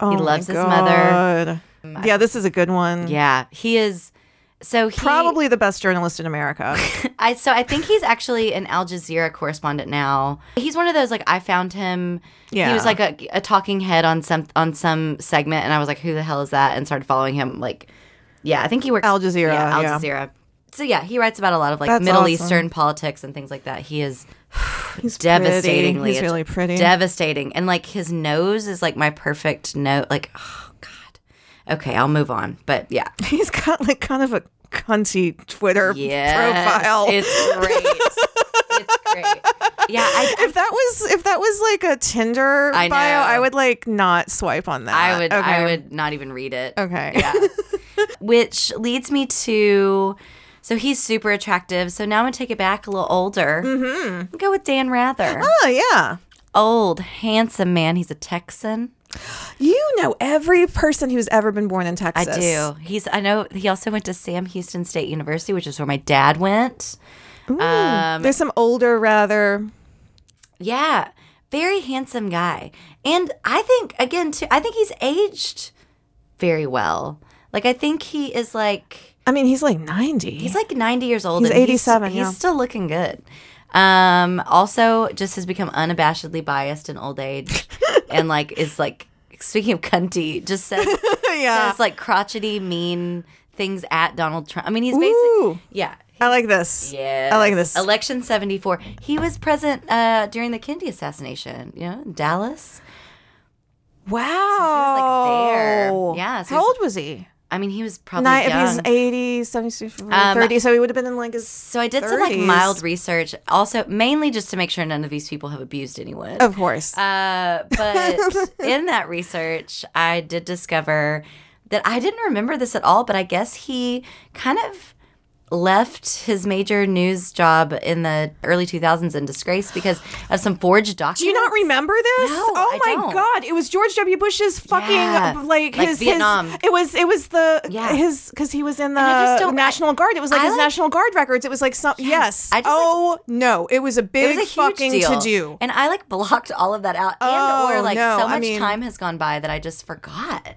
A: Oh
B: He
A: my
B: loves his mother. Mm.
A: God. Yeah, this is a good one.
B: Yeah, he is. So he,
A: Mm. Probably the best journalist in America.
B: *laughs* I so I think he's actually an Al Jazeera correspondent now. He's one of those like I found him.
A: Yeah.
B: he was like a, a talking head on some on some segment, and I was like, who the hell is that? And started following him. Like, yeah, I think he works
A: Al Jazeera,
B: Yeah, Al
A: yeah.
B: Jazeera. So yeah, he writes about a lot of like
A: That's
B: Middle
A: awesome.
B: Eastern politics and things like that. He is
A: He's pretty.
B: devastatingly
A: He's really pretty.
B: devastating, and like his nose is like my perfect note. Like, oh god. Okay, I'll move on. But yeah,
A: *laughs* He's got like kind of a cunty Twitter
B: Yes,
A: profile.
B: It's
A: *laughs*
B: great. it's great. Yeah, I,
A: if that was if that was like a Tinder
B: I
A: bio,
B: know.
A: I would like not swipe on that.
B: I would.
A: Okay.
B: I would not even read it.
A: Okay. *laughs*
B: Yeah. Which leads me to. So he's super attractive. So now I'm gonna take it back a little older. Mm-hmm. Go with Dan Rather.
A: Oh yeah.
B: Old, handsome man. He's a Texan.
A: You know every person who's ever been born in
B: I
A: Texas.
B: do. He's. I know. He also went to Sam Houston State University, which is where my dad went. Um,
A: There's some older rather.
B: Yeah, very handsome guy. And I think again too I think he's aged very well. Like I think he is like
A: I mean, he's like 90.
B: he's like 90 years old
A: He's
B: and
A: 87,
B: He's,
A: yeah.
B: still looking good. Um also just has become unabashedly biased in old
A: *laughs*
B: age and like is like speaking of cunty
A: *laughs*
B: just says
A: *laughs* Yeah.
B: says like crotchety mean things at Donald Trump. I mean he's
A: Ooh.
B: basically yeah.
A: I like this.
B: Yeah.
A: I like this.
B: Election 74. He was present uh, during the Kennedy assassination, you know, in Dallas.
A: wow.
B: there. Yeah, so
A: How
B: he's-
A: old was he?
B: I mean, he was probably
A: Nine, if he's
B: young.
A: 80, 70,
B: Um,
A: 30, so he would have been in like his.
B: So I did some like
A: 30s.
B: mild research, also mainly just to make sure none of these people have abused anyone.
A: Of course.
B: Uh,
A: *laughs*
B: but in that research, I did discover that I didn't remember this at all, but I guess he kind of left his major news job in the early 2000s in disgrace because of some forged documents.
A: Do you not remember this?
B: No,
A: oh
B: I
A: my
B: don't.
A: god, it was George W. Bush's fucking
B: Yeah,
A: uh, like
B: like
A: his
B: Vietnam.
A: his it was it was the
B: Yeah.
A: his cuz he was in
B: I just
A: the
B: don't-
A: National Guard. It was like
B: I
A: his
B: like-
A: National Guard records. It was like some yes.
B: I just like-
A: oh no, it was a
B: It
A: big
B: was a huge
A: fucking
B: deal.
A: to do.
B: and I like blocked all of that out. and
A: Oh,
B: or like
A: no,
B: so
A: I
B: much
A: mean-
B: time has gone by that I just forgot.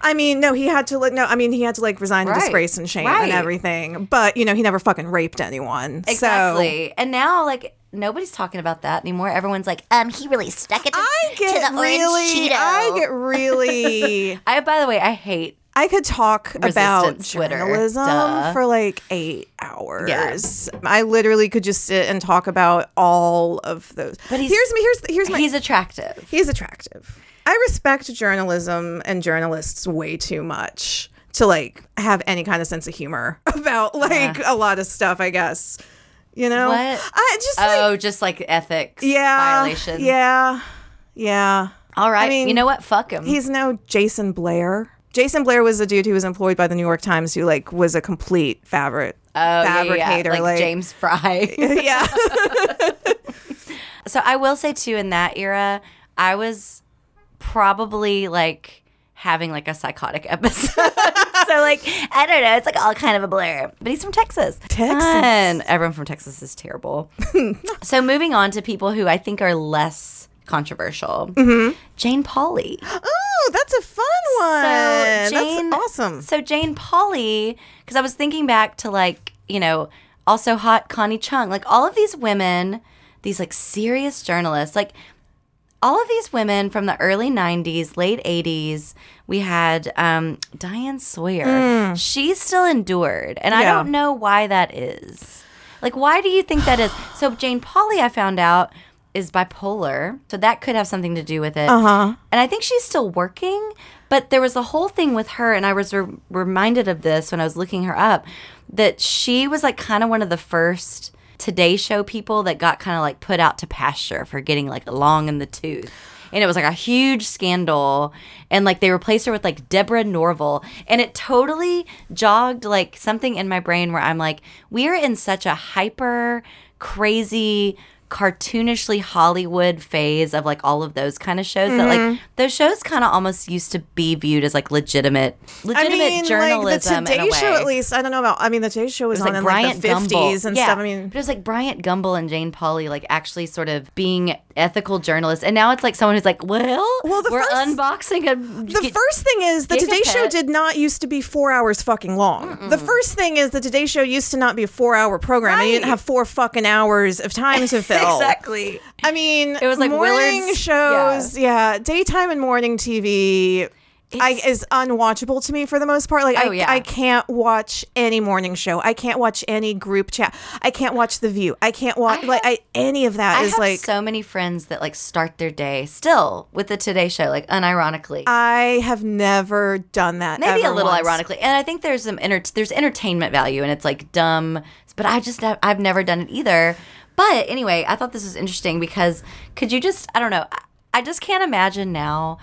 A: I mean, no, he had to like no, I mean he had to like resign to
B: Right.
A: disgrace and shame
B: Right.
A: and everything. But, you know, he never fucking raped anyone. So
B: Exactly. And now like nobody's talking about that anymore. Everyone's like, um, he really stuck it to,
A: I
B: to
A: get
B: the orange
A: really
B: Cheeto.
A: I get
B: *laughs*
A: really
B: I by the way, I hate
A: I could talk about
B: Resistance Twitter,
A: journalism
B: duh.
A: for like eight hours. I literally could just sit and talk about all of those. But
B: he's-
A: here's me. Here's here's Oh my.
B: he's attractive.
A: he's attractive. I respect journalism and journalists way too much to like have any kind of sense of humor *laughs* about like a lot of stuff. I guess you know.
B: What?
A: I just like
B: oh, just like ethics
A: yeah
B: violations.
A: yeah yeah.
B: All right.
A: I mean,
B: you know what? Fuck him.
A: He's no Jason Blair. Jason Blair was a dude who was employed by the New York Times who like was a complete fabric
B: Oh, yeah, yeah, yeah.
A: fabricator.
B: Like, James Fry.
A: *laughs*
B: *laughs*
A: yeah.
B: so I will say too, in that era, I was probably like having like a psychotic *laughs* episode. so like I don't know, it's like all kind of a blur. But he's from Texas.
A: Texas.
B: Fun. everyone from Texas
A: *laughs*
B: is terrible. so moving on to people who I think are less controversial.
A: Mm-hmm. *gasps*
B: Jane Pauley.
A: oh, that's a fun one.
B: So Jane,
A: that's awesome.
B: So Jane Pauley, because I was thinking back to like you know also hot Connie Chung, like all of these women, these like serious journalists, like all of these women from the early '90s, late '80s. We had um, Diane Sawyer. She still endured, and I
A: Yeah.
B: don't know why that is. Like, why do you think that is? So Jane Pauley, I found out. Is bipolar, so that could have something to do with it. Uh huh. And I think she's still working, but there was a whole thing with her, and I was re- reminded of this when I was looking her up that she was like kind of one of the first Today Show people that got kind of like put out to pasture for getting like long in the tooth. And it was like a huge scandal. And like they replaced her with like Deborah Norville. And it totally jogged like something in my brain where I'm like, we are in such a hyper, crazy, cartoonishly Hollywood phase of like all of those kind of shows
A: Mm-hmm.
B: that like those shows kind of almost used to be viewed as like legitimate,
A: I
B: legitimate
A: mean, like the
B: journalism. in a
A: Today Show,
B: way.
A: at least. I don't know about. I mean, the Today Show was,
B: It
A: on
B: was like
A: in
B: Bryant
A: like the fifties
B: Gumbel.
A: and
B: yeah.
A: stuff. I mean,
B: but it was like Bryant Gumbel and Jane Pauley, like actually sort of being ethical journalists. And now it's like someone who's like, well,
A: Well, the
B: we're
A: first-
B: unboxing a.
A: the first thing is the
B: Giga
A: Today Show
B: Pet.
A: did not used to be four hours fucking long. The first thing is the Today Show used to not be a four hour program. and You didn't
B: Right.
A: have four fucking hours of time
B: *laughs*
A: to fill.
B: exactly.
A: I mean, it
B: was like
A: morning
B: Willard's-
A: shows. Yeah. daytime and morning TV. I,
B: It's-
A: is unwatchable to me for the most part. Like
B: Oh,
A: I,
B: yeah.
A: I can't watch any morning show. I can't watch any group chat. I can't watch The View. I can't watch like I, any of that
B: I
A: is
B: have
A: like
B: so many friends that like start their day still with the Today Show, like unironically.
A: I have never done that.
B: Maybe
A: ever
B: a little
A: once.
B: ironically, *laughs* and I think there's some enter- there's entertainment value, and it's like dumb, but I just have, I've never done it either. But anyway, I thought this was interesting because could you just I don't know I, I just can't imagine now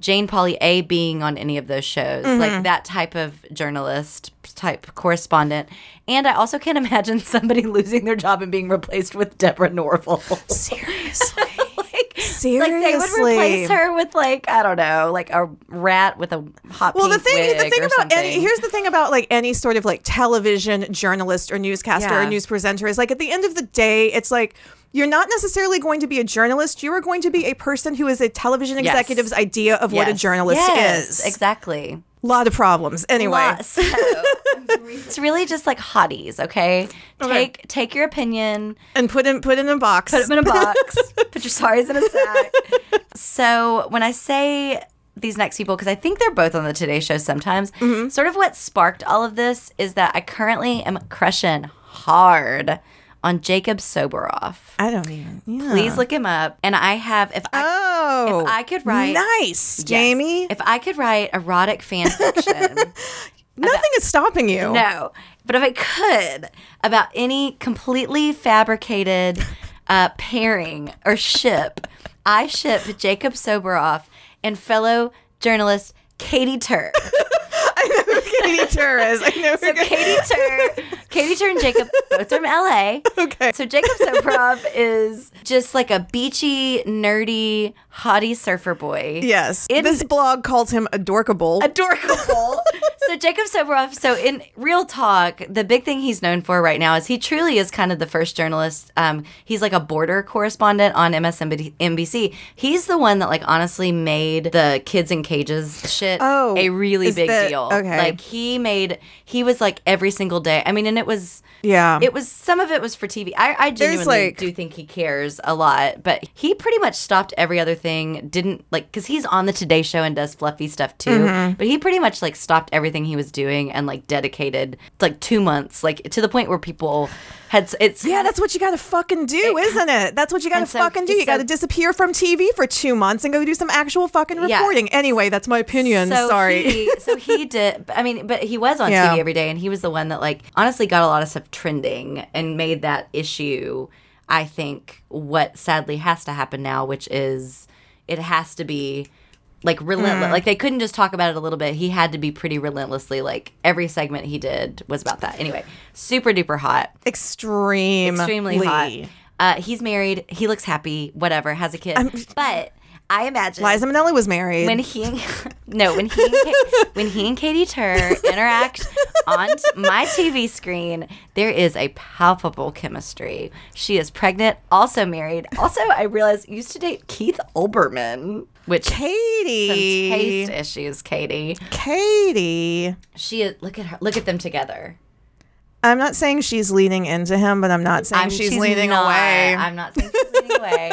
B: Jane Pauley A being on any of those shows like that type of journalist type correspondent, and I also can't *laughs* imagine somebody losing their job and being replaced with Deborah Norville.
A: Seriously.
B: *laughs* like, like they would
A: Seriously.
B: replace her with like I don't know like a rat with a hot
A: Well, the
B: pink
A: thing, the
B: wig
A: thing
B: or
A: about any
B: something.
A: here's the thing about like any sort of like television journalist or newscaster or
B: Yeah.
A: news presenter is like at the end of the day, it's like you're not necessarily going to be a journalist. You are going to be a person who is a television
B: Yes.
A: executive's idea of what a
B: Yes.
A: journalist
B: Yes,
A: is.
B: Exactly.
A: A lot of problems. Anyway, *laughs*
B: Lot- so, it's really just like hotties, okay? Take take your opinion,
A: and put in put in a box.
B: put them in a box, *laughs* put your sorries in a sack. so when I say these next people, because I think they're both on the Today Show sometimes,
A: Mm-hmm.
B: sort of what sparked all of this is that I currently am crushing hard on Jacob Soboroff.
A: I don't even. Yeah.
B: Please look him up. And I have if I
A: Uh-huh. Oh,
B: if I could write-
A: Nice,
B: Yes.
A: Jamie.
B: If I could write erotic fan
A: *laughs*
B: fiction.
A: Nothing is stopping you. *laughs*
B: No, but if I could, about any completely fabricated uh, pairing or ship, I ship Jacob Soboroff and fellow journalist
A: *laughs*
B: Katie Turr. *laughs*
A: Katie Torres. I know.
B: So Katie Turr, Katie Turner and Jacob both from LA.
A: Okay.
B: So Jacob's improv is just like a beachy, nerdy, hottie surfer boy.
A: Yes.
B: It-
A: this blog calls him adorkable.
B: adorable. *laughs* so Jacob Soboroff. So in real talk, the big thing he's known for right now is he truly is kind of the first journalist. Um, he's like a border correspondent on MSNBC. He's the one that like honestly made the kids in cages shit
A: Oh,
B: a really
A: is
B: big
A: that-
B: deal.
A: okay.
B: like he made he was like every single day. I mean, and it was
A: yeah.
B: it was some of it was for TV. I, I genuinely
A: like-
B: do think he cares a lot, but he pretty much stopped every other thing. Didn't like because he's on the Today Show and does fluffy stuff too.
A: Mm-hmm.
B: But he pretty much like stopped everything he was doing and like dedicated like two months, like to the point where people had it's
A: yeah, that's what you gotta fucking do, is isn't it? That's what you gotta
B: And so-
A: fucking do. You
B: so-
A: gotta disappear from TV for two months and go do some actual fucking
B: Yeah.
A: reporting. Anyway, that's my opinion. Sorry. *laughs*
B: He, so he did. I mean, but he was on
A: Yeah.
B: TV every day, and he was the one that like honestly got a lot of stuff trending and made that issue. I think what sadly has to happen now, which is it has to be like
A: Mm.
B: relentless. Like they couldn't just talk about it a little bit. He had to be pretty relentlessly. Like every segment he did was about that. Anyway, super duper hot
A: Extreme.
B: extremely hot. Uh, he's married. He looks happy. Whatever. Has a kid. but I imagine
A: Liza Minnelli was married.
B: when he *laughs* no when he and Ka- when he and Katie Tur interact on t- my TV screen, there is a palpable chemistry. She is pregnant, also married. Also, I realized used to date Keith Olbermann, which some
A: Katie.
B: taste issues. Katie,
A: Katie.
B: she is- look at her. Look at them together.
A: I'm not saying she's leaning into him, but I'm not saying
B: I'm-
A: she's, leaning
B: not-
A: away.
B: I'm not saying she's leaning
A: *laughs*
B: away.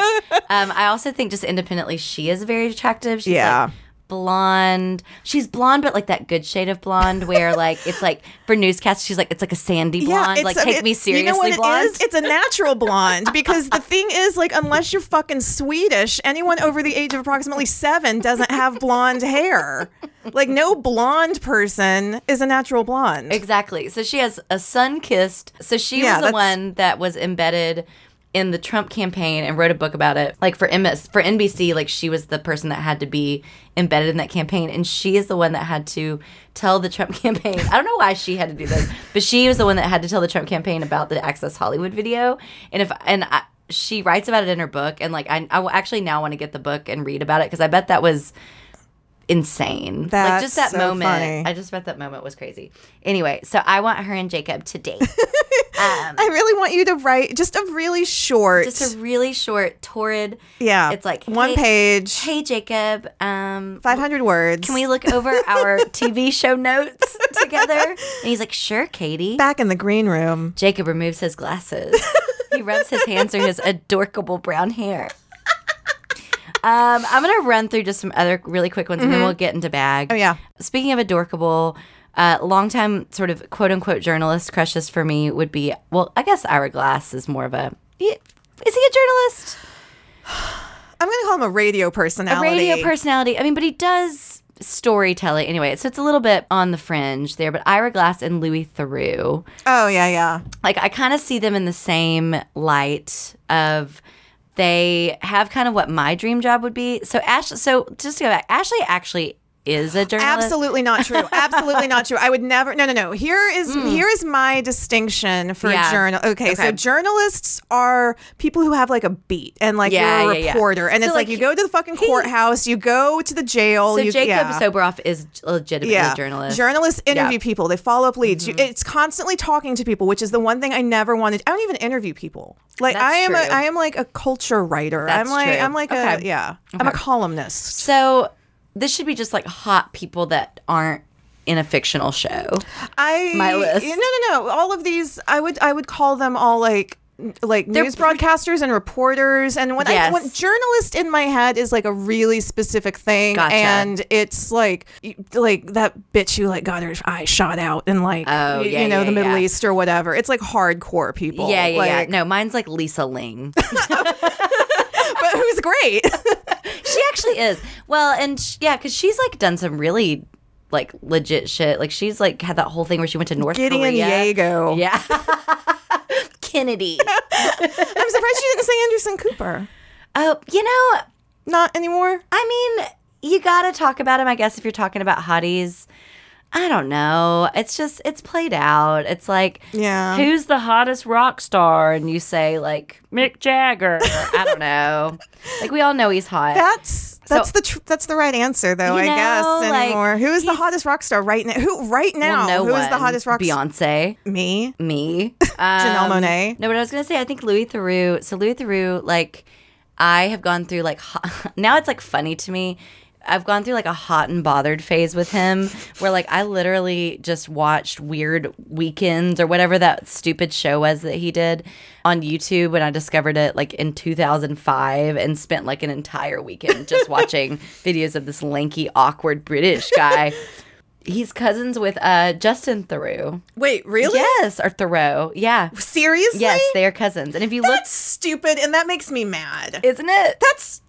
B: Um, I also think just independently, she is very attractive. She's
A: Yeah.
B: Like, blonde she's blonde but like that good shade of blonde where like it's like for newscasts she's like it's like a sandy blonde like
A: it's-
B: take
A: it-
B: me seriously
A: You know what it
B: blonde
A: is? It's a natural blonde because the thing is, like, unless you're fucking Swedish, anyone over the age of approximately seven doesn't have blonde hair. Like, no blonde person is a natural blonde.
B: Exactly. So she has a sun kissed. So she
A: Yeah,
B: was
A: that's-
B: the one that was embedded in the Trump campaign and wrote a book about it. Like for MS for NBC, like she was the person that had to be embedded in that campaign and she is the one that had to tell the Trump *laughs* campaign. I don't know why she had to do this, but she was the one that had to tell the Trump campaign about the Access Hollywood video. And if and I she writes about it in her book and like I, I will actually now want to get the book and read about it because i bet that was insane like
A: That's
B: just that
A: so
B: moment
A: funny.
B: I just bet that moment was crazy. Anyway, so I want her and Jacob
A: *laughs*
B: to date. um,
A: I really want you to write just a really short.
B: just a really short, torrid.
A: yeah.
B: It's like
A: one
B: hey-
A: page,
B: Hey Jacob, um,
A: 500 words.
B: can we look over our TV show notes
A: *laughs*
B: together? And he's like, sure, Katie.
A: back in the green room?
B: Jacob removes his glasses. he rubs his hands through his adorkable brown hair. Um, I'm gonna run through just some other really quick ones, and then we'll get into bag.
A: Mm-hmm. Oh, yeah.
B: Speaking of adorkable, uh, longtime sort of quote unquote journalist crushes for me would be well, I guess Ira Glass is more of a. he- Is he a journalist?
A: I'm going to call him a radio
B: A
A: personality.
B: radio personality. I mean, but he does storytelling anyway, so it's a little bit on the fringe there. But Ira Glass and Louis Theroux.
A: Oh, yeah, yeah.
B: like I kind of see them in the same light of they have kind of what my dream job would be. So Ash, so just to go back, Ashley actually is a journalist.
A: Absolutely not true. Absolutely not true. I would never. No, no, no. Here is here is my distinction for
B: Hmm. Yeah.
A: journal. Okay, so
B: Okay.
A: journalists are people who have like a beat and like
B: Yeah,
A: you're a
B: yeah, yeah.
A: reporter, and
B: So,
A: it's like,
B: like,
A: you go to the fucking courthouse, you go to the jail.
B: So
A: you,
B: Jacob
A: yeah.
B: Soboroff is legitimately
A: yeah,
B: a journalist.
A: Journalists interview
B: Yeah. Mm-hmm.
A: people. They follow up leads. You, it's constantly talking to people, which is the one thing I never wanted. I don't even interview people. Like
B: That's
A: I am, a,
B: true.
A: I am like a culture writer.
B: That's
A: I'm like,
B: true.
A: I'm like a
B: Okay.
A: yeah. I'm a columnist.
B: so this should be just like hot people that aren't in a fictional show.
A: I
B: my list.
A: No, no, no. All of these, I would, I would call them all like, n- like news broadcasters and reporters. And when I
B: Yes.
A: when journalist in my head is like a really specific thing,
B: Gotcha.
A: and it's like, y- like that bitch who like got her eye shot out in like,
B: Oh,
A: y-
B: yeah,
A: you know,
B: yeah,
A: the Middle
B: yeah.
A: East or whatever. It's like hardcore people.
B: yeah, yeah,
A: Oh, like,
B: yeah. No, mine's like Lisa Ling.
A: But who's
B: *laughs*
A: great?
B: Oh, she actually is. Well, and sh- yeah, because she's like done some really like legit shit. Like she's like had that whole thing where she went to North
A: Gideon
B: Korea.
A: Yago.
B: Yeah. *laughs*
A: *laughs*
B: Kennedy.
A: I'm surprised you didn't say Anderson Cooper.
B: Oh, you know,
A: Not anymore.
B: I mean, you got to talk about him, I guess, if you're talking about hotties. I don't know. It's just it's played out. It's like
A: Yeah.
B: who's the hottest rock star, and you say like Mick Jagger. I
A: *laughs*
B: don't know. Like we all know he's hot.
A: That's that's the tr- that's the right answer though,
B: You
A: I
B: know,
A: guess
B: like,
A: anymore. who is the
B: he's-
A: hottest rock star right now? Who right now?
B: well, no
A: who
B: one.
A: is the hottest rock star?
B: Beyonce.
A: Me.
B: me. Um, Janelle
A: Monáe.
B: No, but I was gonna say I think Louis Theroux. So Louis Theroux, like I have gone through like hot, *laughs* now it's like funny to me. I've gone through like a hot and bothered phase with him, where like I literally just watched Weird Weekends or whatever that stupid show was that he did on YouTube when I discovered it like in 2005 and spent like an entire weekend just watching videos of this lanky, awkward British guy. He's cousins with uh, Justin Theroux.
A: Wait, really?
B: Yes, or Thoreau. Yeah.
A: Seriously?
B: Yes, they are cousins. And if you look,
A: That's stupid, and that makes me mad.
B: isn't it?
A: that's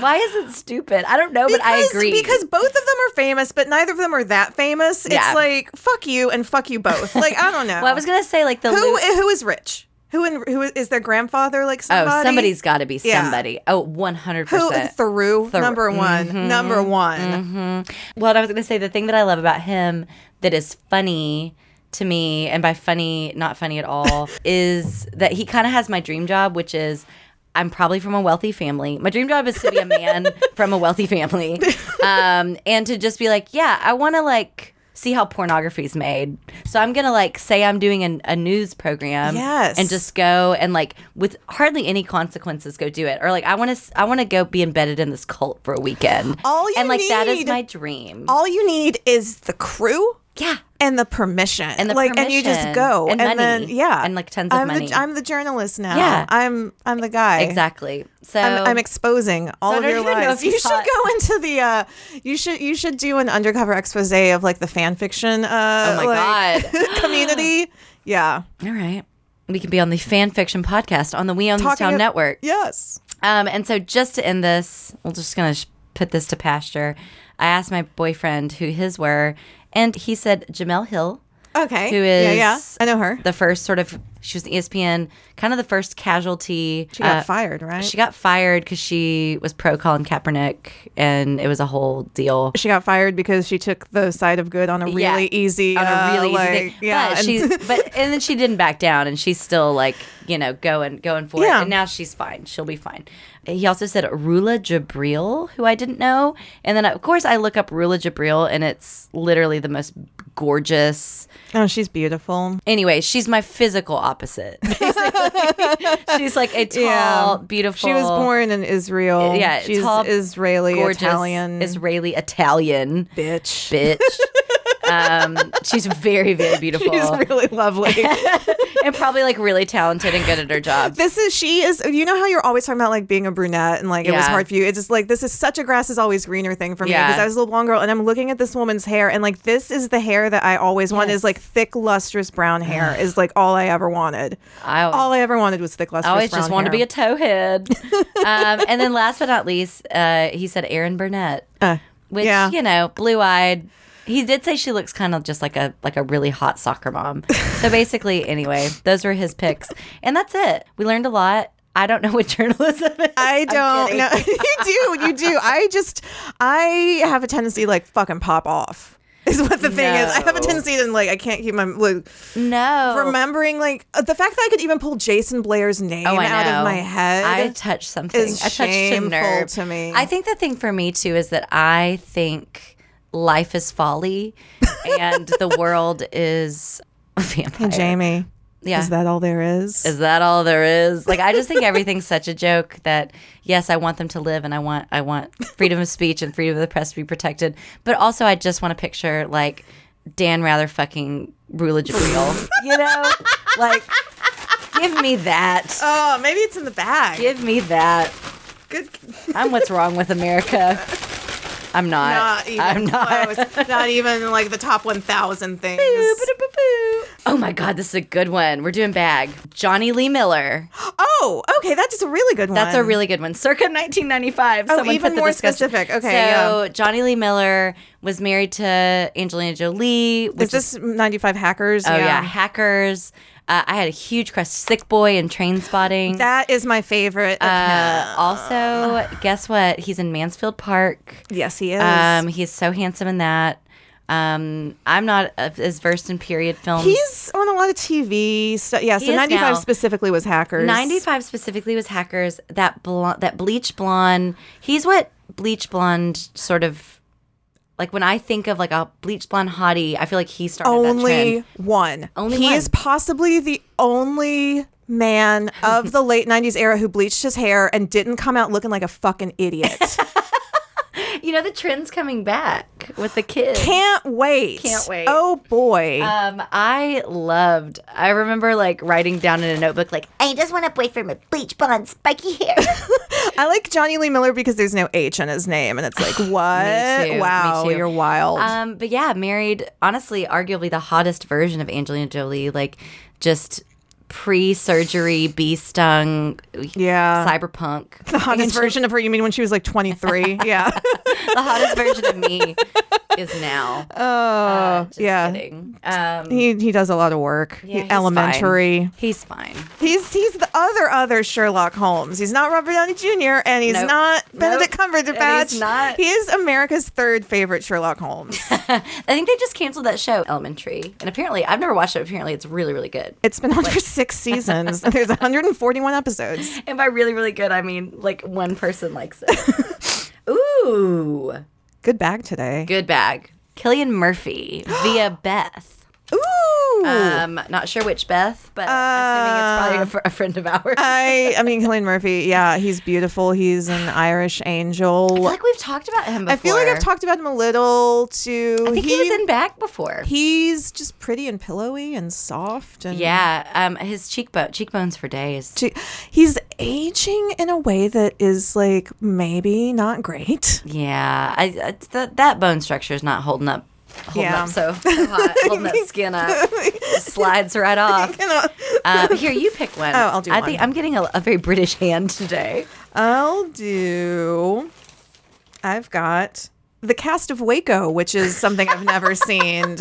B: Why is it stupid? I don't know, but I
A: because-
B: agree.
A: because both of them are famous, but neither of them are that famous.
B: Yeah.
A: It's like fuck you and fuck you
B: *laughs*
A: both. Like I don't know.
B: well, I was gonna say like the
A: who
B: Lou-
A: who is rich? Who in, who is their grandfather? Like
B: oh
A: somebody?
B: somebody's got to be
A: Yeah.
B: somebody. Oh, one hundred
A: who
B: percent.
A: through
B: Thru-
A: number one.
B: Mm-hmm.
A: Number one.
B: Well, I was gonna say the thing that I love about him that is funny to me, and by funny, not funny
A: *laughs*
B: at all, is that he kind of has my dream job, which is. I'm probably from a wealthy family. My dream job is to be
A: *laughs*
B: a man from a wealthy family, um, and to just be like, yeah, I want to like see how pornography's made. So I'm gonna like say I'm doing an, a news program,
A: Yes.
B: and just go and like with hardly any consequences, go do it. Or like I want to, I want to go be embedded in this cult for a weekend.
A: All you
B: and like that is
A: need-
B: my dream.
A: All you need is the crew.
B: Yeah.
A: And the permission,
B: And the
A: like, and you just
B: permission.
A: go,
B: And money.
A: then yeah,
B: And, like, tons of
A: I'm
B: money.
A: The, I'm the journalist now.
B: Yeah.
A: I'm I'm the guy.
B: Exactly. So
A: I'm, I'm exposing all
B: I
A: of
B: don't
A: your
B: even know
A: lies.
B: if you
A: You should
B: thought-
A: go into the. Uh, you should you should do an undercover expose of like the fan fiction. Uh,
B: Oh my
A: like, *laughs*
B: *gasps*
A: community. Yeah,
B: all right. We can be on the fan fiction podcast on the We Own This
A: Talking
B: Town
A: of-
B: network.
A: Yes.
B: Um, and so just to end this, we're just gonna sh- put this to pasture. I asked my boyfriend who his were, and he said Jamel Hill.
A: Okay.
B: Who
A: Yeah, yeah.
B: is
A: I know her.
B: The first sort of she was E an ESPN, kind of the first casualty.
A: She got
B: uh,
A: fired, right?
B: She got fired because she was pro Colin Kaepernick, and it was a whole deal.
A: she got fired because she took the side of good on a
B: Yeah,
A: really easy
B: on a
A: uh,
B: really easy thing.
A: like, yeah
B: but
A: and-
B: she's but and then she didn't back down and she's still like you know going going for it
A: Yeah.
B: and now she's fine she'll be fine he also said rula jabril who i didn't know and then of course i look up rula jabril and it's literally the most gorgeous
A: *laughs* oh she's beautiful
B: anyway she's my physical
A: *laughs*
B: opposite *laughs* basically. she's like a tall beautiful
A: she was born in israel
B: Yeah,
A: she's
B: tall,
A: israeli
B: gorgeous
A: italian
B: israeli italian
A: *laughs* bitch
B: bitch um, she's very very beautiful
A: she's really
B: *laughs*
A: lovely
B: and probably like really talented and
A: *laughs*
B: good at her job.
A: This is she is. You know how you're always talking about like being a brunette and like it was
B: Yeah.
A: hard for you. It's just like this is such a grass is always greener thing for me
B: Yeah.
A: because I was a little blonde girl and I'm looking at this woman's hair and like this is the hair that I always wanted
B: Yes.
A: is like thick lustrous brown
B: *sighs*
A: hair is like all I ever wanted.
B: I always-
A: all I ever wanted was thick lustrous.
B: I always
A: brown
B: just want to
A: hair.
B: be a
A: *laughs*
B: towhead. um, and then last but not least, uh, he said Aaron Burnett,
A: Uh,
B: which
A: yeah.
B: you know, blue eyed. He did say she looks kind of just like a like a really hot soccer mom.
A: *laughs*
B: So basically, anyway, those were his picks, and that's it. We learned a lot. I don't know what *laughs* journalism is.
A: I
B: I'm
A: don't
B: kidding.
A: know. *laughs* you do, you do. I just, I have a tendency to, like fucking pop off. Is what the thing is. I have a
B: No. Oh.
A: tendency to like I can't keep my like,
B: No,
A: remembering like uh, the fact that I could even pull Jason Blair's name
B: Oh, I
A: out
B: know.
A: of my head.
B: I touched something.
A: is
B: I touched a
A: shameful
B: nerve.
A: to me.
B: I think the thing for me too is that I think life is
A: *laughs*
B: folly, and the world is a vampire.
A: Jamie,
B: yeah.
A: is that all there is?
B: Is that all there is? Like I just think everything's such a joke that yes, I want them to live and I want I want freedom of speech and freedom of the press to be protected. But also I just want to picture like Dan Rather fucking
A: *laughs*
B: Rula Jabril. you know? Like give me that.
A: oh, maybe it's in the bag.
B: Give me that.
A: Good,
B: I'm what's wrong with America. I'm not.
A: not even
B: I'm not.
A: close. not even like the top one thousand things.
B: Oh my God, this is a good one. We're doing bag. Johnny Lee Miller.
A: Oh, okay, that's a really good one.
B: That's a really good one. Circa 1995. Oh,
A: even more specific. Okay,
B: So
A: yeah.
B: Johnny Lee Miller was married to Angelina Jolie. Which
A: Is this ninety five hackers?
B: oh yeah, hackers. Uh, I had a huge crush. Sick Boy and Train Spotting.
A: that is my favorite. of him.
B: uh, also, guess what? He's in Mansfield Park.
A: yes, he is.
B: Um, he's so Um, handsome in that. Um, I'm not uh, as versed in period films.
A: He's on a lot of TV stuff. Yeah,
B: He
A: so
B: is
A: 95
B: now.
A: specifically was Hackers.
B: 95 specifically was Hackers. That blonde, that bleach blonde. He's what bleach blonde sort of like when I think of like a bleach blonde hottie, I feel like he started that
A: only
B: trend.
A: one.
B: Only
A: he
B: one.
A: is possibly the only man of the late 90s era who bleached his hair and didn't come out looking like a fucking
B: *laughs*
A: idiot.
B: You know the trend's coming back with the kids.
A: Can't wait.
B: Can't wait.
A: Oh boy.
B: Um, I loved. I remember like writing down in a notebook, like I just want a boyfriend with bleach blonde, spiky hair.
A: I like Johnny Lee Miller because there's no H in his name
B: *sighs*
A: and it's like, what?
B: too, me
A: Eh, wow,
B: too.
A: you're wild.
B: um, but yeah, married. Honestly, arguably the hottest version of Angelina Jolie, like just pre-surgery, bee stung,
A: Yeah.
B: cyberpunk.
A: *laughs* the hottest version of her, you mean when she was like
B: *laughs*
A: 23? yeah. *laughs*
B: the hottest version of me is
A: *laughs*
B: now. Oh,
A: yeah.
B: Kidding. Um,
A: He he does a lot of work. He-
B: yeah, he's
A: elementary.
B: fine. He's fine.
A: He's he's the other other Sherlock Holmes. He's not Robert Downey Jr. and he's
B: Nope.
A: not Benedict
B: Nope.
A: Cumberbatch.
B: And he's not-
A: He is America's third favorite Sherlock
B: *laughs*
A: Holmes.
B: I think they just canceled that show, Elementary, and apparently I've never watched it. Apparently, it's really, really good.
A: it's been on for six seasons. *laughs* There's 141 episodes.
B: And by really, really good, I mean like one person likes it.
A: *laughs*
B: Ooh.
A: Good bag today.
B: Good bag. Killian Murphy *gasps* via Beth.
A: Ooh.
B: Um, not sure which Beth,
A: Uh,
B: but assuming it's probably a, fr- a friend of ours. I
A: I I mean Killian Murphy. Yeah, he's beautiful. He's an Irish
B: feel
A: angel.
B: like we've talked about him before.
A: I feel like I've talked about him a little too.
B: I think he, was in back before.
A: He's just pretty and pillowy and soft and
B: yeah. Um, his cheekbone, cheekbones for days.
A: to- he's aging in a way that is like maybe not great. *laughs*
B: Yeah, I, I that that bone structure is not holding up. Holding
A: Yeah.
B: up so, so hot, holding that skin up, Just slides right
A: *laughs*
B: off.
A: You know,
B: Um, here, you pick one.
A: Oh, I'll do
B: I
A: one.
B: think I'm getting a, a very British hand today.
A: I'll do. I've got the cast of Waco, which is something I've
B: *laughs*
A: never seen.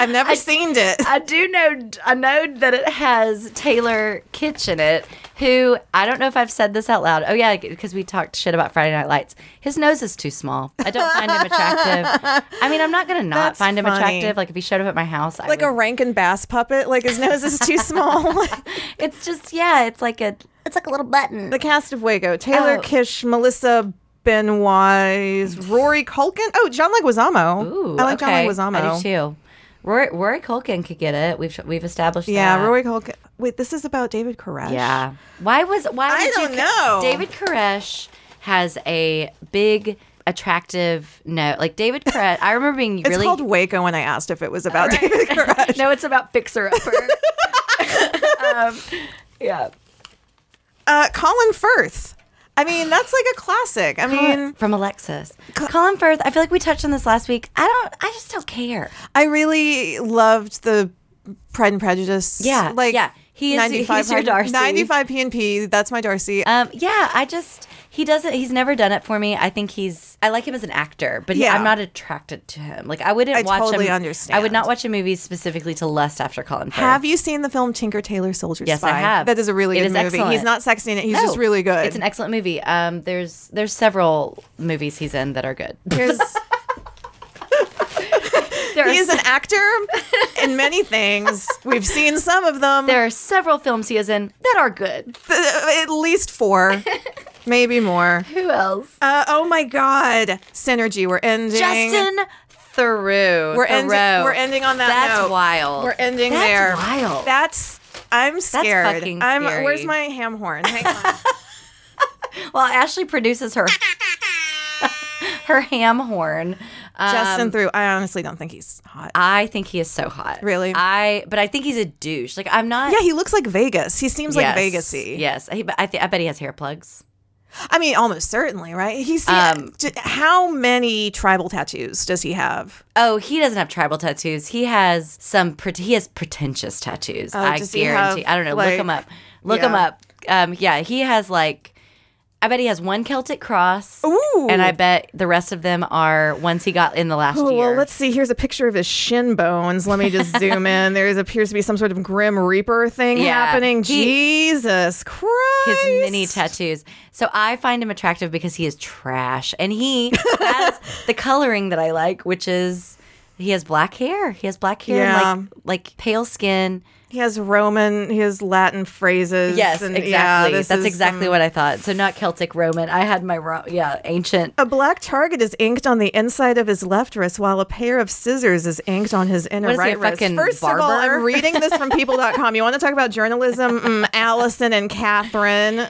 A: I've never seen it.
B: I do know. I know that it has Taylor Kitsch in it. Who I don't know if I've said this out loud. Oh yeah, because we talked shit about Friday Night Lights. His nose is too small. I don't find him attractive.
A: *laughs*
B: I mean, I'm not gonna not
A: That's
B: find him
A: funny.
B: attractive. Like if he showed up at my house, I
A: like a
B: would,
A: Rankin Bass puppet. Like his nose is too small.
B: *laughs* It's just yeah. It's like a. It's like a little button.
A: the cast of Waco: Taylor
B: Oh.
A: Kish, Melissa Benoist, Rory Culkin. Oh, John Leguizamo.
B: Ooh,
A: I like
B: okay.
A: John Leguizamo.
B: I do too. Rory, Rory Culkin could get it. We've we've established
A: Yeah,
B: that.
A: Rory Culkin. Wait, this is about David Koresh.
B: Yeah. Why was why
A: I
B: did you
A: don't
B: c-
A: know.
B: David Koresh has a big attractive no like David Koresh I remember being
A: *laughs* It's
B: really
A: called Waco when I asked if it was
B: *laughs*
A: about David Koresh.
B: No, it's about fixer
A: *laughs*
B: upper. um, yeah.
A: Uh, Colin Firth. I mean, that's like a classic. I mean,
B: From Alexis. Colin Firth, I feel like we touched on this last week. I don't I just don't care.
A: I really loved the Pride and Prejudice.
B: Yeah,
A: like
B: yeah. He is- he's your Darcy.
A: Ninety-five PNP. That's my Darcy.
B: Um, yeah, I just he doesn't. He's never done it for me. I think he's. I like him as an actor, but he-
A: Yeah.
B: I'm not attracted to him. Like I wouldn't
A: I
B: watch.
A: totally
B: him, I would
A: understand.
B: not watch a movie specifically to lust after Colin Firth.
A: have you seen the film Tinker Tailor Soldier
B: Yes, I
A: Spy?
B: have.
A: That is a really
B: It
A: good
B: is
A: movie. He's
B: excellent.
A: not sexy in it. He's
B: No,
A: just really good.
B: Oh, It's an excellent movie. Um, there's there's several movies he's in that
A: *laughs*
B: are good.
A: Here's-
B: There are,
A: He's
B: s-
A: an
B: *laughs*
A: actor in many things. We've seen some of them.
B: there are several films he is in that are good.
A: Th- at least
B: *laughs*
A: four, maybe more.
B: Who else?
A: Uh, oh my God, synergy. We're ending.
B: Justin Theroux.
A: we're ending.
B: Theroux.
A: We're ending on that.
B: That's
A: note.
B: wild.
A: We're ending
B: That's
A: there.
B: Wild.
A: That's. I'm scared.
B: fucking
A: I'm.
B: scary. Um,
A: Where's my ham horn? Hang
B: *laughs*
A: on.
B: Well, Ashley produces her *laughs* her ham horn. Um,
A: Justin through. I honestly don't think he's hot.
B: I think he is so hot.
A: Really?
B: I but I think he's a douche. Like I'm not.
A: yeah, he looks like Vegas. He seems like Vegasy.
B: Yes, he, but I, th- I bet he has hair plugs.
A: I mean, almost certainly, right? He's
B: Um,
A: d- how many tribal tattoos does he have?
B: Oh, he doesn't have tribal tattoos. He has some. Pre- he has pretentious tattoos. I
A: Oh, does he
B: guarantee.
A: have,
B: I don't know. Look him
A: like-
B: up. Look him
A: yeah.
B: up. Um, yeah, he has like. I bet he has one Celtic cross.
A: Ooh.
B: And I bet the rest of them are ones he got in the last
A: Oh,
B: year.
A: well, let's see. Here's a picture of his shin bones. Let me just
B: *laughs*
A: zoom in. There is- appears to be some sort of grim reaper thing
B: Yeah.
A: happening.
B: He-
A: Jesus Christ.
B: his mini tattoos. So I find
A: *laughs*
B: him attractive because he is trash, and he has the coloring that I like, which is He has black hair. He has black hair
A: Yeah.
B: and like like pale skin.
A: He has Roman, he has Latin phrases.
B: Yes,
A: and, yeah,
B: exactly.
A: this
B: That's
A: is um,
B: exactly
A: some-
B: what I thought. So not Celtic Roman. I had my wrong, yeah, ancient.
A: A black target is inked on the inside of his left wrist, while a pair of scissors is inked on his inner
B: What is he,
A: right
B: a
A: wrist.
B: fucking
A: First of all,
B: barber?
A: I'm reading this from people.com. You want to talk about journalism? Mm, Allison and
B: *laughs*
A: Catherine.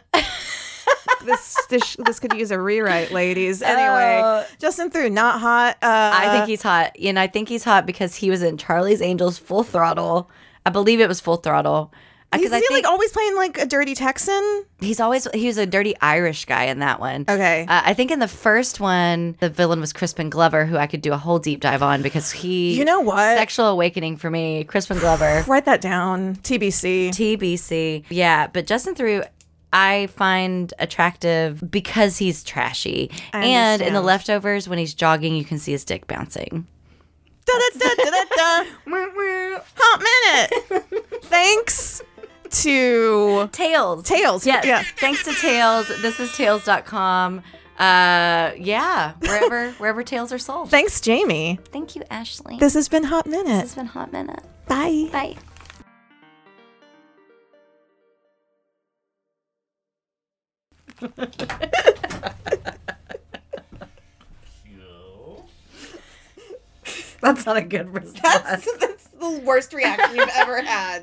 A: This, this this could use a rewrite, ladies. Anyway,
B: Oh.
A: Justin through not hot. Uh,
B: I think he's hot, and I think he's hot because he was in Charlie's Angels Full Throttle. I believe it was Full Throttle.
A: Is
B: Because
A: he
B: I think
A: like always playing like a dirty Texan?
B: he's always he was a dirty Irish guy in that one.
A: Okay.
B: uh, I think in the first one the villain was Crispin Glover, who I could do a whole deep dive on because he,
A: You know what?
B: sexual awakening for me, Crispin Glover.
A: Write that down. TBC.
B: TBC. Yeah, but Justin Theroux, I find attractive because he's trashy.
A: I
B: and in
A: understand.
B: the leftovers, when he's jogging, you can see his dick bouncing.
A: da, da, da, da, da, da. Hot
B: *laughs*
A: minute. Thanks to
B: Tails.
A: Tails.
B: Yes.
A: Yeah.
B: Thanks to Tails. This is tails.com. Uh, yeah, wherever *laughs* wherever tails are sold.
A: Thanks, Jamie.
B: Thank you, Ashley.
A: This has been Hot
B: this
A: Minute.
B: has been Hot Minute.
A: Bye.
B: Bye. That's not a good response.
A: That's the worst reaction you've ever had.